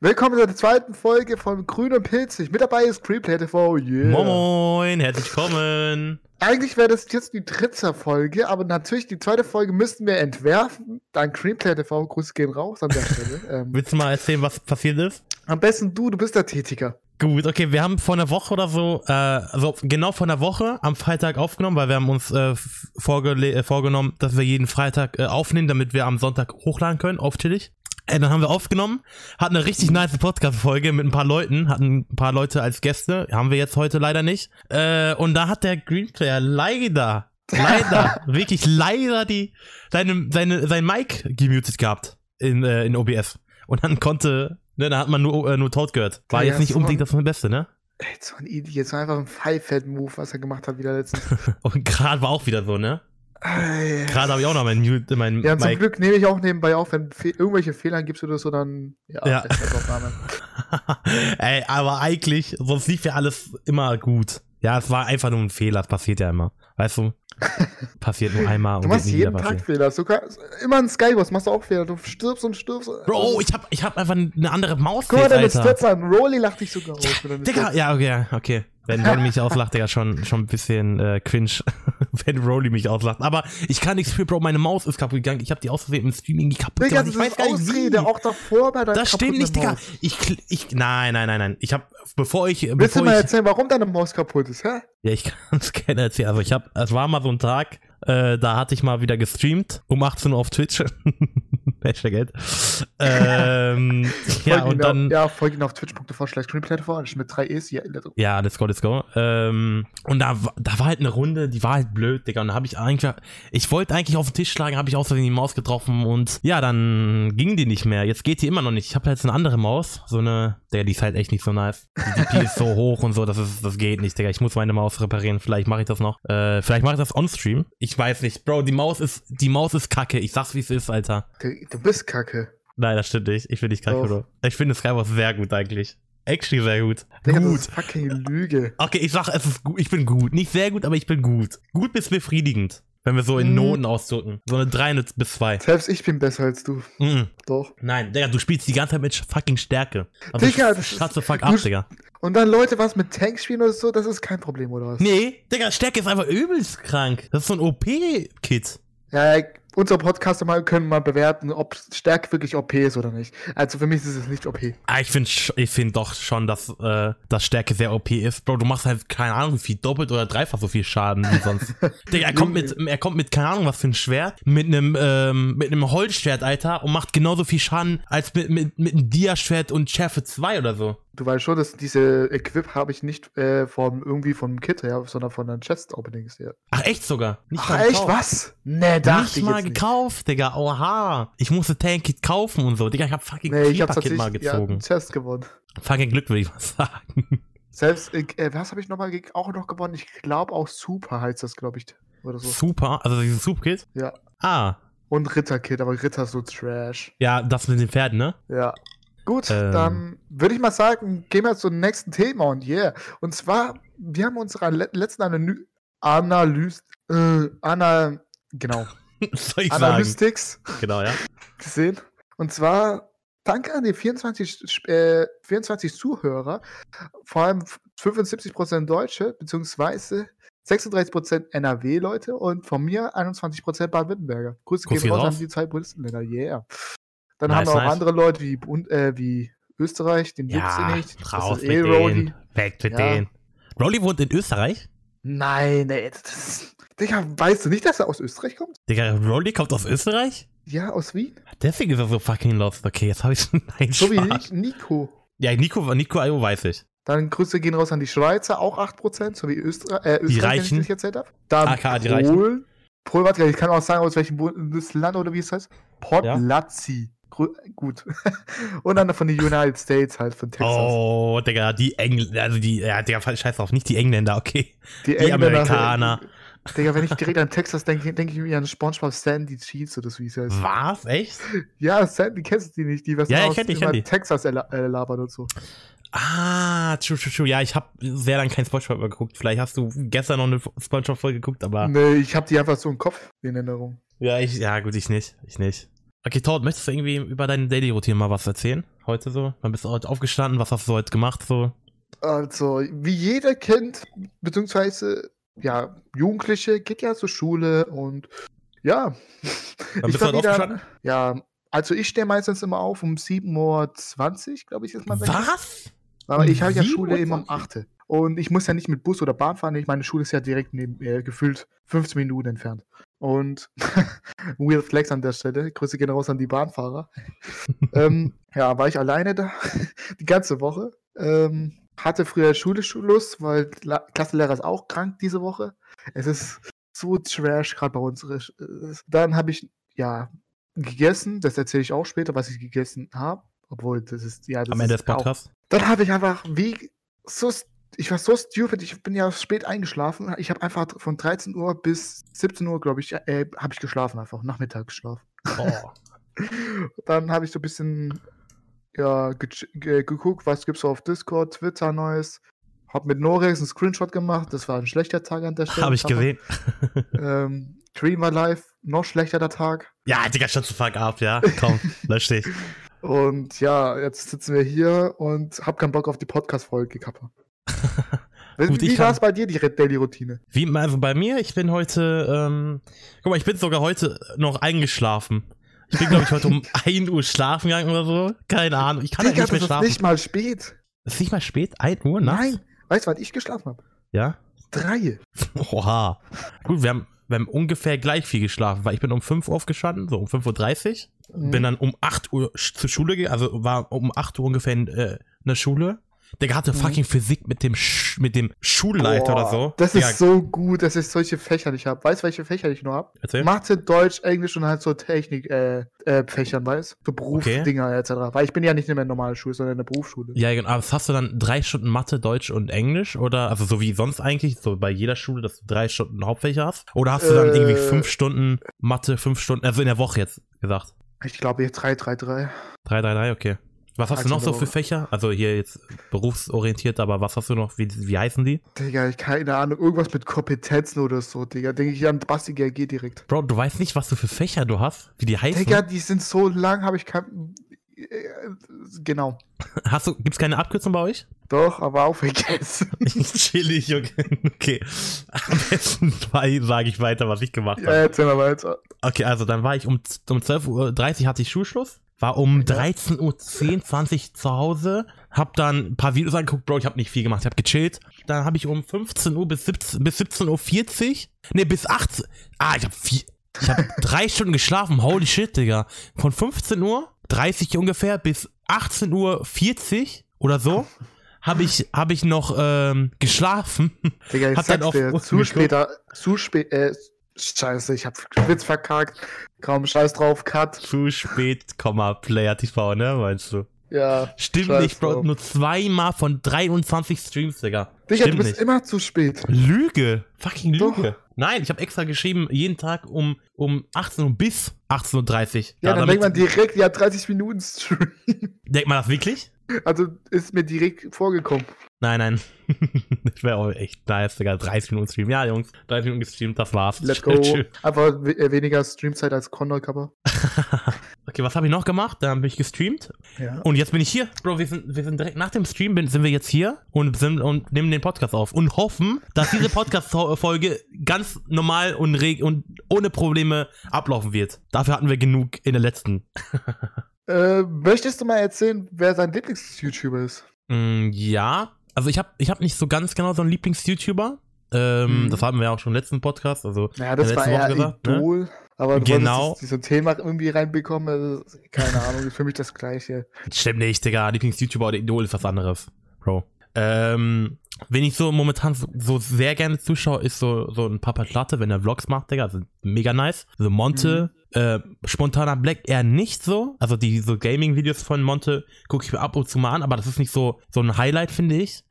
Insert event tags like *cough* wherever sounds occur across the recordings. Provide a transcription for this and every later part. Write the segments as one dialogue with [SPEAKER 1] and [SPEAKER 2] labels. [SPEAKER 1] Willkommen zur zweiten Folge von Grün und Pilzig. Mit dabei ist Screenplay TV. Yeah.
[SPEAKER 2] Moin, herzlich willkommen.
[SPEAKER 1] Eigentlich wäre das jetzt die dritte Folge, aber natürlich die zweite Folge müssten wir entwerfen. Dann Screenplay TV, Grüße gehen raus an der
[SPEAKER 2] *laughs*
[SPEAKER 1] Stelle. ähm,
[SPEAKER 2] Willst du mal erzählen, was passiert ist?
[SPEAKER 1] am besten du, du bist der Tätiger.
[SPEAKER 2] Gut, okay, wir haben vor einer Woche oder so, äh, also genau vor einer Woche am Freitag aufgenommen, weil wir haben uns äh, f- vorgele- äh, vorgenommen, dass wir jeden Freitag äh, aufnehmen, damit wir am Sonntag hochladen können, auf Chillig. Äh, dann haben wir aufgenommen, hatten eine richtig nice Podcast-Folge mit ein paar Leuten, hatten ein paar Leute als Gäste, haben wir jetzt heute leider nicht. Äh, und da hat der Greenplayer leider,
[SPEAKER 1] *laughs*
[SPEAKER 2] leider, wirklich leider die, seine, seine, sein Mic gemutet gehabt in, äh, in OBS. Und dann konnte, ne, da hat man nur, äh, nur Taut gehört. War
[SPEAKER 1] Ja,
[SPEAKER 2] jetzt nicht
[SPEAKER 1] so.
[SPEAKER 2] unbedingt das Beste, ne?
[SPEAKER 1] Ey, so ein Idiot, so einfach ein Five-Head-Move, was er gemacht hat wieder letztens.
[SPEAKER 2] *laughs* Und gerade war auch wieder so, ne?
[SPEAKER 1] Ey.
[SPEAKER 2] Gerade habe ich auch noch meinen Mute, meinen
[SPEAKER 1] Ja, zum
[SPEAKER 2] Mic.
[SPEAKER 1] Glück nehme ich auch nebenbei auf, wenn fe irgendwelche Fehler gibst oder so, dann ja,
[SPEAKER 2] Ja.
[SPEAKER 1] Festnetzaufnahme.
[SPEAKER 2] *laughs* Ey, aber eigentlich, sonst lief ja alles immer gut. Ja, es war einfach nur ein Fehler, es passiert ja immer.
[SPEAKER 1] *laughs*
[SPEAKER 2] Weißt du? Passiert nur einmal
[SPEAKER 1] Du
[SPEAKER 2] wird
[SPEAKER 1] machst
[SPEAKER 2] nie wieder
[SPEAKER 1] jeden Tag
[SPEAKER 2] passieren.
[SPEAKER 1] Fehler. Du kannst, immer einen Skywars machst du auch Fehler. Du stirbst und stirbst.
[SPEAKER 2] Bro, oh, ich hab, ich hab einfach eine andere Maus.
[SPEAKER 1] Guck mal deine
[SPEAKER 2] Alter.
[SPEAKER 1] Stats an. Rolly lacht dich sogar raus. mit deinen
[SPEAKER 2] Digga, ja, okay, ja, okay. Wenn Rolly mich auslacht, Digga, schon, schon ein bisschen äh, cringe, *laughs* wenn Rolly mich auslacht. Aber ich kann nichts für, Bro, meine Maus ist kaputt gegangen. Ich habe die aus Versehen im Streaming kaputt
[SPEAKER 1] Digga,
[SPEAKER 2] gemacht.
[SPEAKER 1] das
[SPEAKER 2] Ich
[SPEAKER 1] ist Ausrede, auch davor bei deiner
[SPEAKER 2] Das stimmt
[SPEAKER 1] kaputten
[SPEAKER 2] nicht, Digga.
[SPEAKER 1] Maus.
[SPEAKER 2] Ich, kl- ich, nein, nein, nein, nein. Ich habe, bevor ich,
[SPEAKER 1] Willst du
[SPEAKER 2] bevor
[SPEAKER 1] mal
[SPEAKER 2] ich,
[SPEAKER 1] erzählen, warum deine Maus kaputt ist, hä?
[SPEAKER 2] ja, ich *laughs* kann es gerne erzählen. Also ich habe, es war mal so ein Tag, äh, da hatte ich mal wieder gestreamt um 18 Uhr auf Twitch. *laughs* Hashtag Geld. Ähm, ja
[SPEAKER 1] Folgt ihn
[SPEAKER 2] und
[SPEAKER 1] auf,
[SPEAKER 2] dann,
[SPEAKER 1] ja, folg ihn auf twitch.tv slash screenplattform mit 3 E's. Ja, let's go.
[SPEAKER 2] Ja, let's go, let's go. Ähm, und da, wa- da war halt eine Runde, die war halt blöd, Digga. Und da habe ich eigentlich, ich wollte eigentlich auf den Tisch schlagen, habe ich außerdem die Maus getroffen und ja, dann ging die nicht mehr. Jetzt geht die immer noch nicht. Ich habe jetzt eine andere Maus, so eine, Digga, die ist halt echt nicht so nice. Die DP ist
[SPEAKER 1] *laughs*
[SPEAKER 2] so hoch und so, das ist, das geht nicht, Digga. Ich muss meine Maus reparieren. Vielleicht mache ich das noch. Äh, vielleicht mache ich das on-stream. Ich weiß nicht. Bro, die Maus ist, die Maus ist kacke. Ich sag's, wie es ist, Alter.
[SPEAKER 1] Du, du bist kacke.
[SPEAKER 2] Nein, das stimmt nicht. Ich finde dich kacke,
[SPEAKER 1] Doch.
[SPEAKER 2] Bro. Ich finde Skywars sehr gut eigentlich. Actually sehr gut.
[SPEAKER 1] Digga,
[SPEAKER 2] gut.
[SPEAKER 1] das ist fucking Lüge.
[SPEAKER 2] Okay, ich sag, es ist gut, ich bin gut. Nicht sehr gut, aber ich bin gut. Gut bis befriedigend. Wenn wir so in
[SPEAKER 1] Mm.
[SPEAKER 2] Noten ausdrücken. So eine 3 bis 2.
[SPEAKER 1] Selbst ich bin besser als du.
[SPEAKER 2] Mm.
[SPEAKER 1] Doch.
[SPEAKER 2] Nein, Digga, du spielst die ganze Zeit mit fucking Stärke.
[SPEAKER 1] Digga, das ist-
[SPEAKER 2] shut the fuck
[SPEAKER 1] du-
[SPEAKER 2] ab, Digga.
[SPEAKER 1] Und dann Leute, was mit Tanks spielen oder so, das ist kein Problem, oder was?
[SPEAKER 2] Nee, Digga, Stärke ist einfach übelst krank. Das ist so ein OP-Kit.
[SPEAKER 1] Ja, unsere Podcaster mal können mal bewerten, ob Stärke wirklich OP ist oder nicht. Also für mich ist es nicht OP.
[SPEAKER 2] Ah, ich finde ich find doch schon, dass, äh, dass Stärke sehr OP ist. Bro, du machst halt, keine Ahnung, wie viel, doppelt oder dreifach so viel Schaden wie
[SPEAKER 1] *laughs*
[SPEAKER 2] sonst. Digga, er kommt mit, er kommt mit, keine Ahnung, was für ein Schwert, mit einem, ähm, mit einem Holzschwert, Alter, und macht genauso viel Schaden als mit, mit, mit einem Dia-Schwert und Schärfe 2 oder so.
[SPEAKER 1] Du weißt schon, dass diese Equip habe ich nicht äh, vom, irgendwie vom Kit her, sondern von den Chest-Openings her.
[SPEAKER 2] Ach, echt sogar? Nicht
[SPEAKER 1] Ach,
[SPEAKER 2] mal
[SPEAKER 1] echt,
[SPEAKER 2] gekauft.
[SPEAKER 1] was? Nee, dachte
[SPEAKER 2] Nicht
[SPEAKER 1] ich
[SPEAKER 2] mal
[SPEAKER 1] jetzt nicht.
[SPEAKER 2] gekauft, Digga. Oha. Ich musste Tank-Kit kaufen und so. Digga, ich hab fucking
[SPEAKER 1] Nee, ich habe tatsächlich
[SPEAKER 2] Creeper-Kit mal
[SPEAKER 1] ja, einen
[SPEAKER 2] gezogen.
[SPEAKER 1] Chest gewonnen.
[SPEAKER 2] Fucking Glück, würde ich mal *laughs* sagen.
[SPEAKER 1] Selbst, äh, was habe ich nochmal ge- auch noch gewonnen? Ich glaube auch Super heißt das, glaube ich. Oder so.
[SPEAKER 2] Super. Also dieses Soup-Kit?
[SPEAKER 1] Ja.
[SPEAKER 2] Ah.
[SPEAKER 1] Und Ritter-Kit, aber Ritter ist so trash.
[SPEAKER 2] Ja, das mit den Pferden, ne?
[SPEAKER 1] Ja. Gut,
[SPEAKER 2] Ähm.
[SPEAKER 1] dann würde ich mal sagen, gehen wir zum nächsten Thema und yeah. Und zwar, wir haben unsere le- letzten Analy Analyse, äh, Ana, genau,
[SPEAKER 2] *laughs* Was Soll ich sagen.
[SPEAKER 1] Analytics *laughs*
[SPEAKER 2] Genau, ja.
[SPEAKER 1] gesehen. Und zwar, danke an die 24, Sch- äh, 24 Zuhörer, vor allem 75% Deutsche, beziehungsweise 36% NRW-Leute und von mir 21% Baden-Württemberger. Grüße gehen
[SPEAKER 2] Grüß geht
[SPEAKER 1] raus
[SPEAKER 2] raus.
[SPEAKER 1] an die zwei Bundesländer, yeah. Dann
[SPEAKER 2] Nice,
[SPEAKER 1] haben wir auch
[SPEAKER 2] nice.
[SPEAKER 1] andere Leute wie, Bund- äh, wie Österreich, den juckt's
[SPEAKER 2] Ja,
[SPEAKER 1] nicht. das
[SPEAKER 2] raus
[SPEAKER 1] ist
[SPEAKER 2] mit
[SPEAKER 1] eh Rowdy.
[SPEAKER 2] denen. Weg mit
[SPEAKER 1] Ja.
[SPEAKER 2] denen. Rolli wohnt in Österreich?
[SPEAKER 1] Nein, ey, das ist, Digga, weißt du nicht, dass er aus Österreich kommt?
[SPEAKER 2] Digga, Rolli kommt aus Österreich?
[SPEAKER 1] Ja, aus
[SPEAKER 2] *laughs*
[SPEAKER 1] Wien. Deswegen
[SPEAKER 2] Deswegen ist er so fucking lost. Okay, jetzt habe ich *laughs* Nein,
[SPEAKER 1] So wie
[SPEAKER 2] Spaß.
[SPEAKER 1] Ni- Nico.
[SPEAKER 2] Ja, Nico, Nico Ayo weiß ich.
[SPEAKER 1] Dann Grüße gehen raus an die Schweizer, auch 8%, so wie Österreich, äh, Österreich wenn ich
[SPEAKER 2] Reichen.
[SPEAKER 1] das jetzt erzählt habe. Dann
[SPEAKER 2] AKA die Reichen.
[SPEAKER 1] Polen. Polen, warte, ich kann auch sagen, aus welchem Bundesland oder wie es heißt. Podlazi. Grü- Gut. *laughs* Und dann von den United States halt, von Texas.
[SPEAKER 2] Oh, Digga, die Engländer, also die, ja, Digga, scheiß drauf, nicht die Engländer, okay. Die
[SPEAKER 1] Engländer- *laughs*
[SPEAKER 2] Amerikaner.
[SPEAKER 1] Digga, wenn ich direkt an Texas denke, denke ich mir an Spongebob Sandy Cheats oder so wie es heißt.
[SPEAKER 2] Was? Echt?
[SPEAKER 1] Ja, Sandy kennst du die nicht, die was
[SPEAKER 2] Ja, ich
[SPEAKER 1] aus
[SPEAKER 2] kenn die, ich
[SPEAKER 1] immer
[SPEAKER 2] kenn die.
[SPEAKER 1] Texas erla- äh, labert und so.
[SPEAKER 2] Ah, true, true, true. Ja, ich habe sehr lange kein Spongebob mehr geguckt. Vielleicht hast du gestern noch eine Spongebob-Folge geguckt, aber.
[SPEAKER 1] Nee, ich hab die einfach so im Kopf in Erinnerung.
[SPEAKER 2] Ja, ich, ja, gut, ich nicht. Ich nicht. Okay, Todd, möchtest du irgendwie über deine Daily-Routine mal was erzählen? Heute so? Wann bist du heute aufgestanden? Was hast du heute gemacht? So?
[SPEAKER 1] Also, wie jeder Kind, beziehungsweise, ja, Jugendliche, geht ja zur Schule und ja. *laughs*
[SPEAKER 2] Wann bist du
[SPEAKER 1] war
[SPEAKER 2] heute
[SPEAKER 1] wieder-
[SPEAKER 2] aufgestanden?
[SPEAKER 1] Ja, also ich stehe meistens immer auf um 7.20 Uhr, glaube ich, ist mal.
[SPEAKER 2] Was?
[SPEAKER 1] Aber ich habe ja
[SPEAKER 2] 7.20
[SPEAKER 1] Schule immer um 8 Uhr. Und ich muss ja nicht mit Bus oder Bahn fahren. Ich meine, Schule ist ja direkt neben, äh, gefühlt 15 Minuten entfernt. Und *laughs* weird flex an der Stelle. Grüße gehen raus an die
[SPEAKER 2] *laughs*
[SPEAKER 1] Bahnfahrer. ähm, ja, war ich alleine da *laughs* die ganze Woche. Ähm, hatte früher Schule Schulus, weil La Klassenlehrer ist auch krank diese Woche. Es ist so trash, gerade bei uns. Äh, Dann habe ich, ja, gegessen. Das erzähle ich auch später, was ich gegessen habe. Obwohl, das ist, ja, das
[SPEAKER 2] Am Ende des
[SPEAKER 1] ist auch
[SPEAKER 2] Podcasts?
[SPEAKER 1] dann habe ich einfach wie so st- ich war so stupid, ich bin ja spät eingeschlafen. Ich habe einfach von 13 Uhr bis 17 Uhr, glaube ich, äh, habe ich geschlafen einfach, Nachmittag geschlafen.
[SPEAKER 2] Oh.
[SPEAKER 1] Dann habe ich so ein bisschen ja, ge ge geguckt, was gibt's so auf Discord, Twitter Neues. Hab mit Norex einen Screenshot gemacht, das war ein schlechter Tag an *laughs*
[SPEAKER 2] *laughs*
[SPEAKER 1] der Stelle.
[SPEAKER 2] Habe Oh, ich
[SPEAKER 1] Aber,
[SPEAKER 2] gesehen.
[SPEAKER 1] Ähm, Dream war live, noch schlechter der Tag.
[SPEAKER 2] Ja, Digga, shut the fuck up, ja.
[SPEAKER 1] *laughs*
[SPEAKER 2] Komm, lösch dich.
[SPEAKER 1] Und ja, jetzt sitzen wir hier und hab keinen Bock auf die Podcast-Folge,
[SPEAKER 2] *laughs*
[SPEAKER 1] Kappa.
[SPEAKER 2] Gut,
[SPEAKER 1] wie
[SPEAKER 2] ich
[SPEAKER 1] wie
[SPEAKER 2] kann-
[SPEAKER 1] war's bei dir, die Red Daily Routine?
[SPEAKER 2] Wie, also bei mir, ich bin heute, ähm, guck mal, ich bin sogar heute noch eingeschlafen. Ich bin, glaube ich,
[SPEAKER 1] *laughs*
[SPEAKER 2] heute um 1 Uhr schlafen gegangen oder so. Keine Ahnung, ich kann
[SPEAKER 1] Digga,
[SPEAKER 2] eigentlich
[SPEAKER 1] das
[SPEAKER 2] nicht mehr
[SPEAKER 1] ist
[SPEAKER 2] schlafen.
[SPEAKER 1] nicht mal spät.
[SPEAKER 2] Ist nicht mal spät? 1 Uhr? Nachts?
[SPEAKER 1] Nein. Weißt du, wann ich geschlafen habe?
[SPEAKER 2] Ja?
[SPEAKER 1] Drei.
[SPEAKER 2] Oha. Gut, wir haben, wir haben ungefähr gleich viel geschlafen, weil ich bin um 5 Uhr aufgestanden, so um 5.30 Uhr.
[SPEAKER 1] Mhm.
[SPEAKER 2] Bin dann um 8 Uhr sch- zur Schule gegangen, also war um 8 Uhr ungefähr in, äh, in der Schule. Digga hatte
[SPEAKER 1] Mhm.
[SPEAKER 2] fucking Physik mit dem, Sch mit dem Schulleiter
[SPEAKER 1] Boah,
[SPEAKER 2] oder so.
[SPEAKER 1] Das
[SPEAKER 2] Digga,
[SPEAKER 1] ist so gut, dass ich solche Fächer nicht habe. Weißt du, welche Fächer ich nur habe?
[SPEAKER 2] erzähl.
[SPEAKER 1] Mathe, Deutsch, Englisch und halt so Technik-Fächern, äh, Fächern, weißt So Berufsdinger etc. Weil ich bin ja nicht mehr in der normalen Schule, sondern in der Berufsschule.
[SPEAKER 2] Ja, genau. Aber hast du dann drei Stunden Mathe, Deutsch und Englisch? Oder, also so wie sonst eigentlich, so bei jeder Schule, dass du drei Stunden Hauptfächer hast? Oder hast du dann
[SPEAKER 1] Äh.
[SPEAKER 2] irgendwie fünf Stunden Mathe, fünf Stunden, also in der Woche jetzt gesagt?
[SPEAKER 1] Ich glaube, jetzt 3, 3, 3.
[SPEAKER 2] Drei, drei, drei, okay. Was hast du noch so
[SPEAKER 1] Tagsüber.
[SPEAKER 2] für Fächer? Also hier jetzt berufsorientiert, aber was hast du noch? Wie, wie heißen die?
[SPEAKER 1] Digga, ich keine Ahnung. Irgendwas mit Kompetenzen oder so, Digga. Denke ich an Basti GRG direkt.
[SPEAKER 2] Bro, du weißt nicht, was du für Fächer du hast? Wie die heißen?
[SPEAKER 1] Digga, die sind so lang, habe ich kein. äh, Genau.
[SPEAKER 2] Hast du, gibt's keine Abkürzung bei euch?
[SPEAKER 1] Doch, aber auch vergessen.
[SPEAKER 2] Chillig, okay. *laughs* okay. Am besten *laughs* sage ich weiter, was ich gemacht
[SPEAKER 1] *laughs*
[SPEAKER 2] habe.
[SPEAKER 1] ja, erzähl mal weiter.
[SPEAKER 2] Okay, also dann war ich um, um 12.30 Uhr hatte ich Schulschluss, war um 13.10 Uhr, 20 zu Hause, hab dann ein paar Videos angeguckt, Bro, ich hab nicht viel gemacht, ich hab gechillt. Dann habe ich um 15 Uhr bis 17, bis 17.40 Uhr, nee, bis 18 ah, ich hab vier, ich *laughs* hab drei Stunden geschlafen, holy shit, Digga. Von 15 Uhr, 30 ungefähr, bis 18 Uhr 40 oder so, habe ich, hab ich noch ähm, geschlafen.
[SPEAKER 1] Digga, ich
[SPEAKER 2] Hat dann
[SPEAKER 1] sag's
[SPEAKER 2] auf
[SPEAKER 1] dir,
[SPEAKER 2] Uhr
[SPEAKER 1] zu
[SPEAKER 2] geguckt.
[SPEAKER 1] später, zu spät, äh, scheiße, ich hab Witz verkackt, kaum Scheiß drauf, Cut,
[SPEAKER 2] *laughs* Zu spät, Komma, Player TV, ne, meinst du?
[SPEAKER 1] ja.
[SPEAKER 2] Stimmt
[SPEAKER 1] Scheiß
[SPEAKER 2] nicht, Bro.
[SPEAKER 1] drauf.
[SPEAKER 2] Nur zweimal von 23 Streams, Digga.
[SPEAKER 1] Digga,
[SPEAKER 2] Stimmt
[SPEAKER 1] du bist
[SPEAKER 2] nicht.
[SPEAKER 1] immer zu spät.
[SPEAKER 2] Lüge. Fucking Lüge. Nein, ich habe extra geschrieben, jeden Tag um, um 18 Uhr bis 18.30 Uhr.
[SPEAKER 1] Ja, dann
[SPEAKER 2] damit-
[SPEAKER 1] denkt man direkt, ja, 30 Minuten Stream.
[SPEAKER 2] denkt man das wirklich?
[SPEAKER 1] *laughs* Also ist mir direkt vorgekommen.
[SPEAKER 2] Nein, nein. *laughs* das wäre auch echt nice, Digga. 30 Minuten Stream. Ja, Jungs, 30 Minuten gestreamt, das war's.
[SPEAKER 1] Let's
[SPEAKER 2] *laughs*
[SPEAKER 1] go.
[SPEAKER 2] Tschö, tschö.
[SPEAKER 1] Einfach we- äh, weniger Streamzeit als Condor Cover.
[SPEAKER 2] Okay, was habe ich noch gemacht? Dann bin ich gestreamt.
[SPEAKER 1] Ja.
[SPEAKER 2] Und jetzt bin ich hier. Bro, wir sind, wir sind direkt nach dem Stream bin, sind wir jetzt hier und, sind, und nehmen den Podcast auf und hoffen, dass *laughs* diese Podcast-Folge ganz normal und, reg und ohne Probleme ablaufen wird. Dafür hatten wir genug in der letzten.
[SPEAKER 1] Äh, möchtest du mal erzählen, wer sein Lieblings-YouTuber ist?
[SPEAKER 2] Mm, ja, also ich habe ich hab nicht so ganz genau so einen Lieblings-YouTuber. Ähm,
[SPEAKER 1] Mhm.
[SPEAKER 2] Das hatten wir auch schon im letzten Podcast. Also
[SPEAKER 1] Naja, das
[SPEAKER 2] Ja,
[SPEAKER 1] war
[SPEAKER 2] letzte
[SPEAKER 1] eher
[SPEAKER 2] Woche gesagt, ne?
[SPEAKER 1] Idol. Aber du
[SPEAKER 2] Genau.
[SPEAKER 1] wolltest das- dieses Thema irgendwie reinbekommen, das ist- keine Ahnung, ist für mich das gleiche.
[SPEAKER 2] Stimmt nicht, Digga. Lieblings-YouTuber oder Idol ist was anderes, Bro. Ähm, wen ich so momentan so, so sehr gerne zuschaue, ist so, so ein Papa Platte, wenn er Vlogs macht, Digga. Also mega nice. So Monte,
[SPEAKER 1] Mhm.
[SPEAKER 2] äh, spontaner Black eher nicht so. Also die so Gaming-Videos von Monte gucke ich mir ab und zu mal an, aber das ist nicht so, so ein Highlight, finde ich.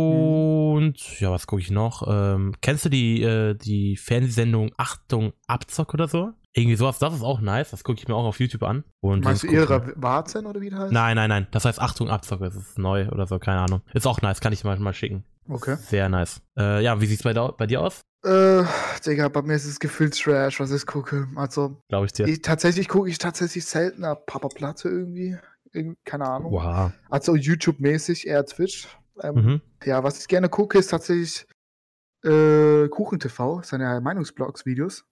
[SPEAKER 2] Und ja, was gucke ich noch? Ähm, kennst du die, äh, die Fernsehsendung Achtung, Abzock oder so? Irgendwie sowas, das ist auch nice, das gucke ich mir auch auf YouTube an. Und
[SPEAKER 1] Meinst du
[SPEAKER 2] sonst guck ich mir-
[SPEAKER 1] ihre Warzen oder wie das heißt?
[SPEAKER 2] Nein, nein, nein. Das heißt, Achtung, Abzocke. Es ist neu oder so, keine Ahnung. Ist auch nice, kann ich mal, mal schicken.
[SPEAKER 1] Okay.
[SPEAKER 2] Sehr nice. Äh, ja, wie sieht's bei, dau- bei dir aus?
[SPEAKER 1] Äh, Digga, bei mir ist es gefühlt Trash, was ich gucke. Also,
[SPEAKER 2] glaube ich dir.
[SPEAKER 1] ich, tatsächlich gucke ich tatsächlich seltener Papa Platte irgendwie. Irgend- Keine Ahnung.
[SPEAKER 2] Wow.
[SPEAKER 1] Also YouTube-mäßig eher Twitch. Ähm,
[SPEAKER 2] Mhm.
[SPEAKER 1] Ja, was ich gerne gucke, ist tatsächlich äh, KuchenTV, seine Meinungsblogs-Videos.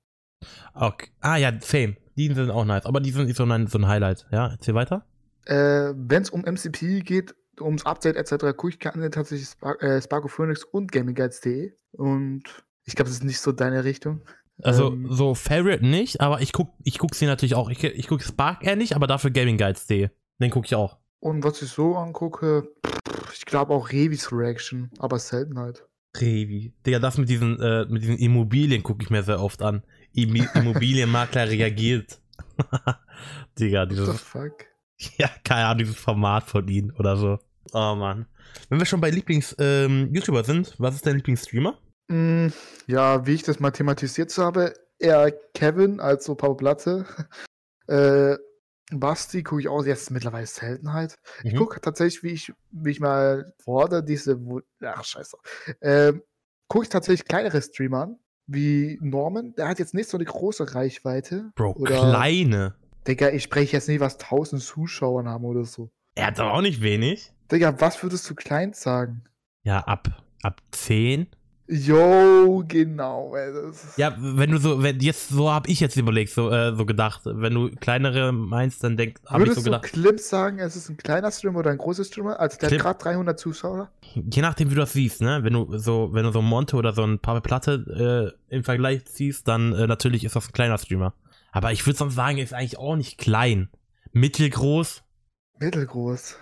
[SPEAKER 2] Okay. Ah ja, Fame. Die sind auch nice, aber die sind so ein, so ein Highlight. Ja, erzähl weiter.
[SPEAKER 1] Äh, Wenn es um MCP geht, ums Update etc., gucke ich gerne tatsächlich Spark äh, Sparko Phoenix und GamingGuides.de. E. Und ich glaube, das ist nicht so deine Richtung.
[SPEAKER 2] Also
[SPEAKER 1] Ähm.
[SPEAKER 2] so Favorite nicht, aber ich guck, ich guck sie natürlich auch. Ich, ich guck Spark eher nicht, aber dafür GamingGuides.de. Den guck ich auch.
[SPEAKER 1] Und was ich so angucke, pff, ich glaube auch Revis Reaction, aber selten halt.
[SPEAKER 2] Revi. Digga, das mit diesen, äh, mit diesen Immobilien gucke ich mir sehr oft an. Immi- Immobilienmakler reagiert. *laughs* Digga,
[SPEAKER 1] What the
[SPEAKER 2] dieses,
[SPEAKER 1] fuck?
[SPEAKER 2] *laughs* ja, keine Ahnung, dieses Format von ihnen oder so. Oh Mann. Wenn wir schon bei Lieblings-YouTuber sind, was ist dein Lieblingsstreamer?
[SPEAKER 1] Mm, ja, wie ich das mal thematisiert habe, eher Kevin als so Pau Platte. *laughs* Äh, Basti gucke ich auch jetzt mittlerweile Seltenheit. Ich
[SPEAKER 2] Mhm.
[SPEAKER 1] gucke tatsächlich, wie ich, wie ich mal fordere, diese. Wo- Ach, scheiße. Ähm, gucke ich tatsächlich kleinere Streamer an, wie Norman. Der hat jetzt nicht so eine große Reichweite.
[SPEAKER 2] Bro,
[SPEAKER 1] Oder-
[SPEAKER 2] kleine.
[SPEAKER 1] Digga, ich spreche jetzt nicht, was 1000 Zuschauern haben oder so.
[SPEAKER 2] Er hat aber auch nicht wenig.
[SPEAKER 1] Digga, was würdest du klein sagen?
[SPEAKER 2] Ja, ab, ab 10.
[SPEAKER 1] Yo, genau. ey, Das ist
[SPEAKER 2] Ja, wenn du so, wenn jetzt, so habe ich jetzt überlegt, so, äh, so gedacht. Wenn du kleinere meinst, dann denk, habe ich
[SPEAKER 1] Würdest
[SPEAKER 2] so
[SPEAKER 1] du
[SPEAKER 2] gedacht.
[SPEAKER 1] Clips sagen, es ist ein kleiner Streamer oder ein großer Streamer? Also der
[SPEAKER 2] Clip-
[SPEAKER 1] hat gerade 300 Zuschauer.
[SPEAKER 2] Je nachdem, wie du das siehst, ne? Wenn du so, wenn du so Monte oder so ein paar Platte äh, im Vergleich ziehst, dann äh, natürlich ist das ein kleiner Streamer. Aber ich würde sonst sagen, er ist eigentlich auch nicht klein. Mittelgroß,
[SPEAKER 1] Mittelgroß.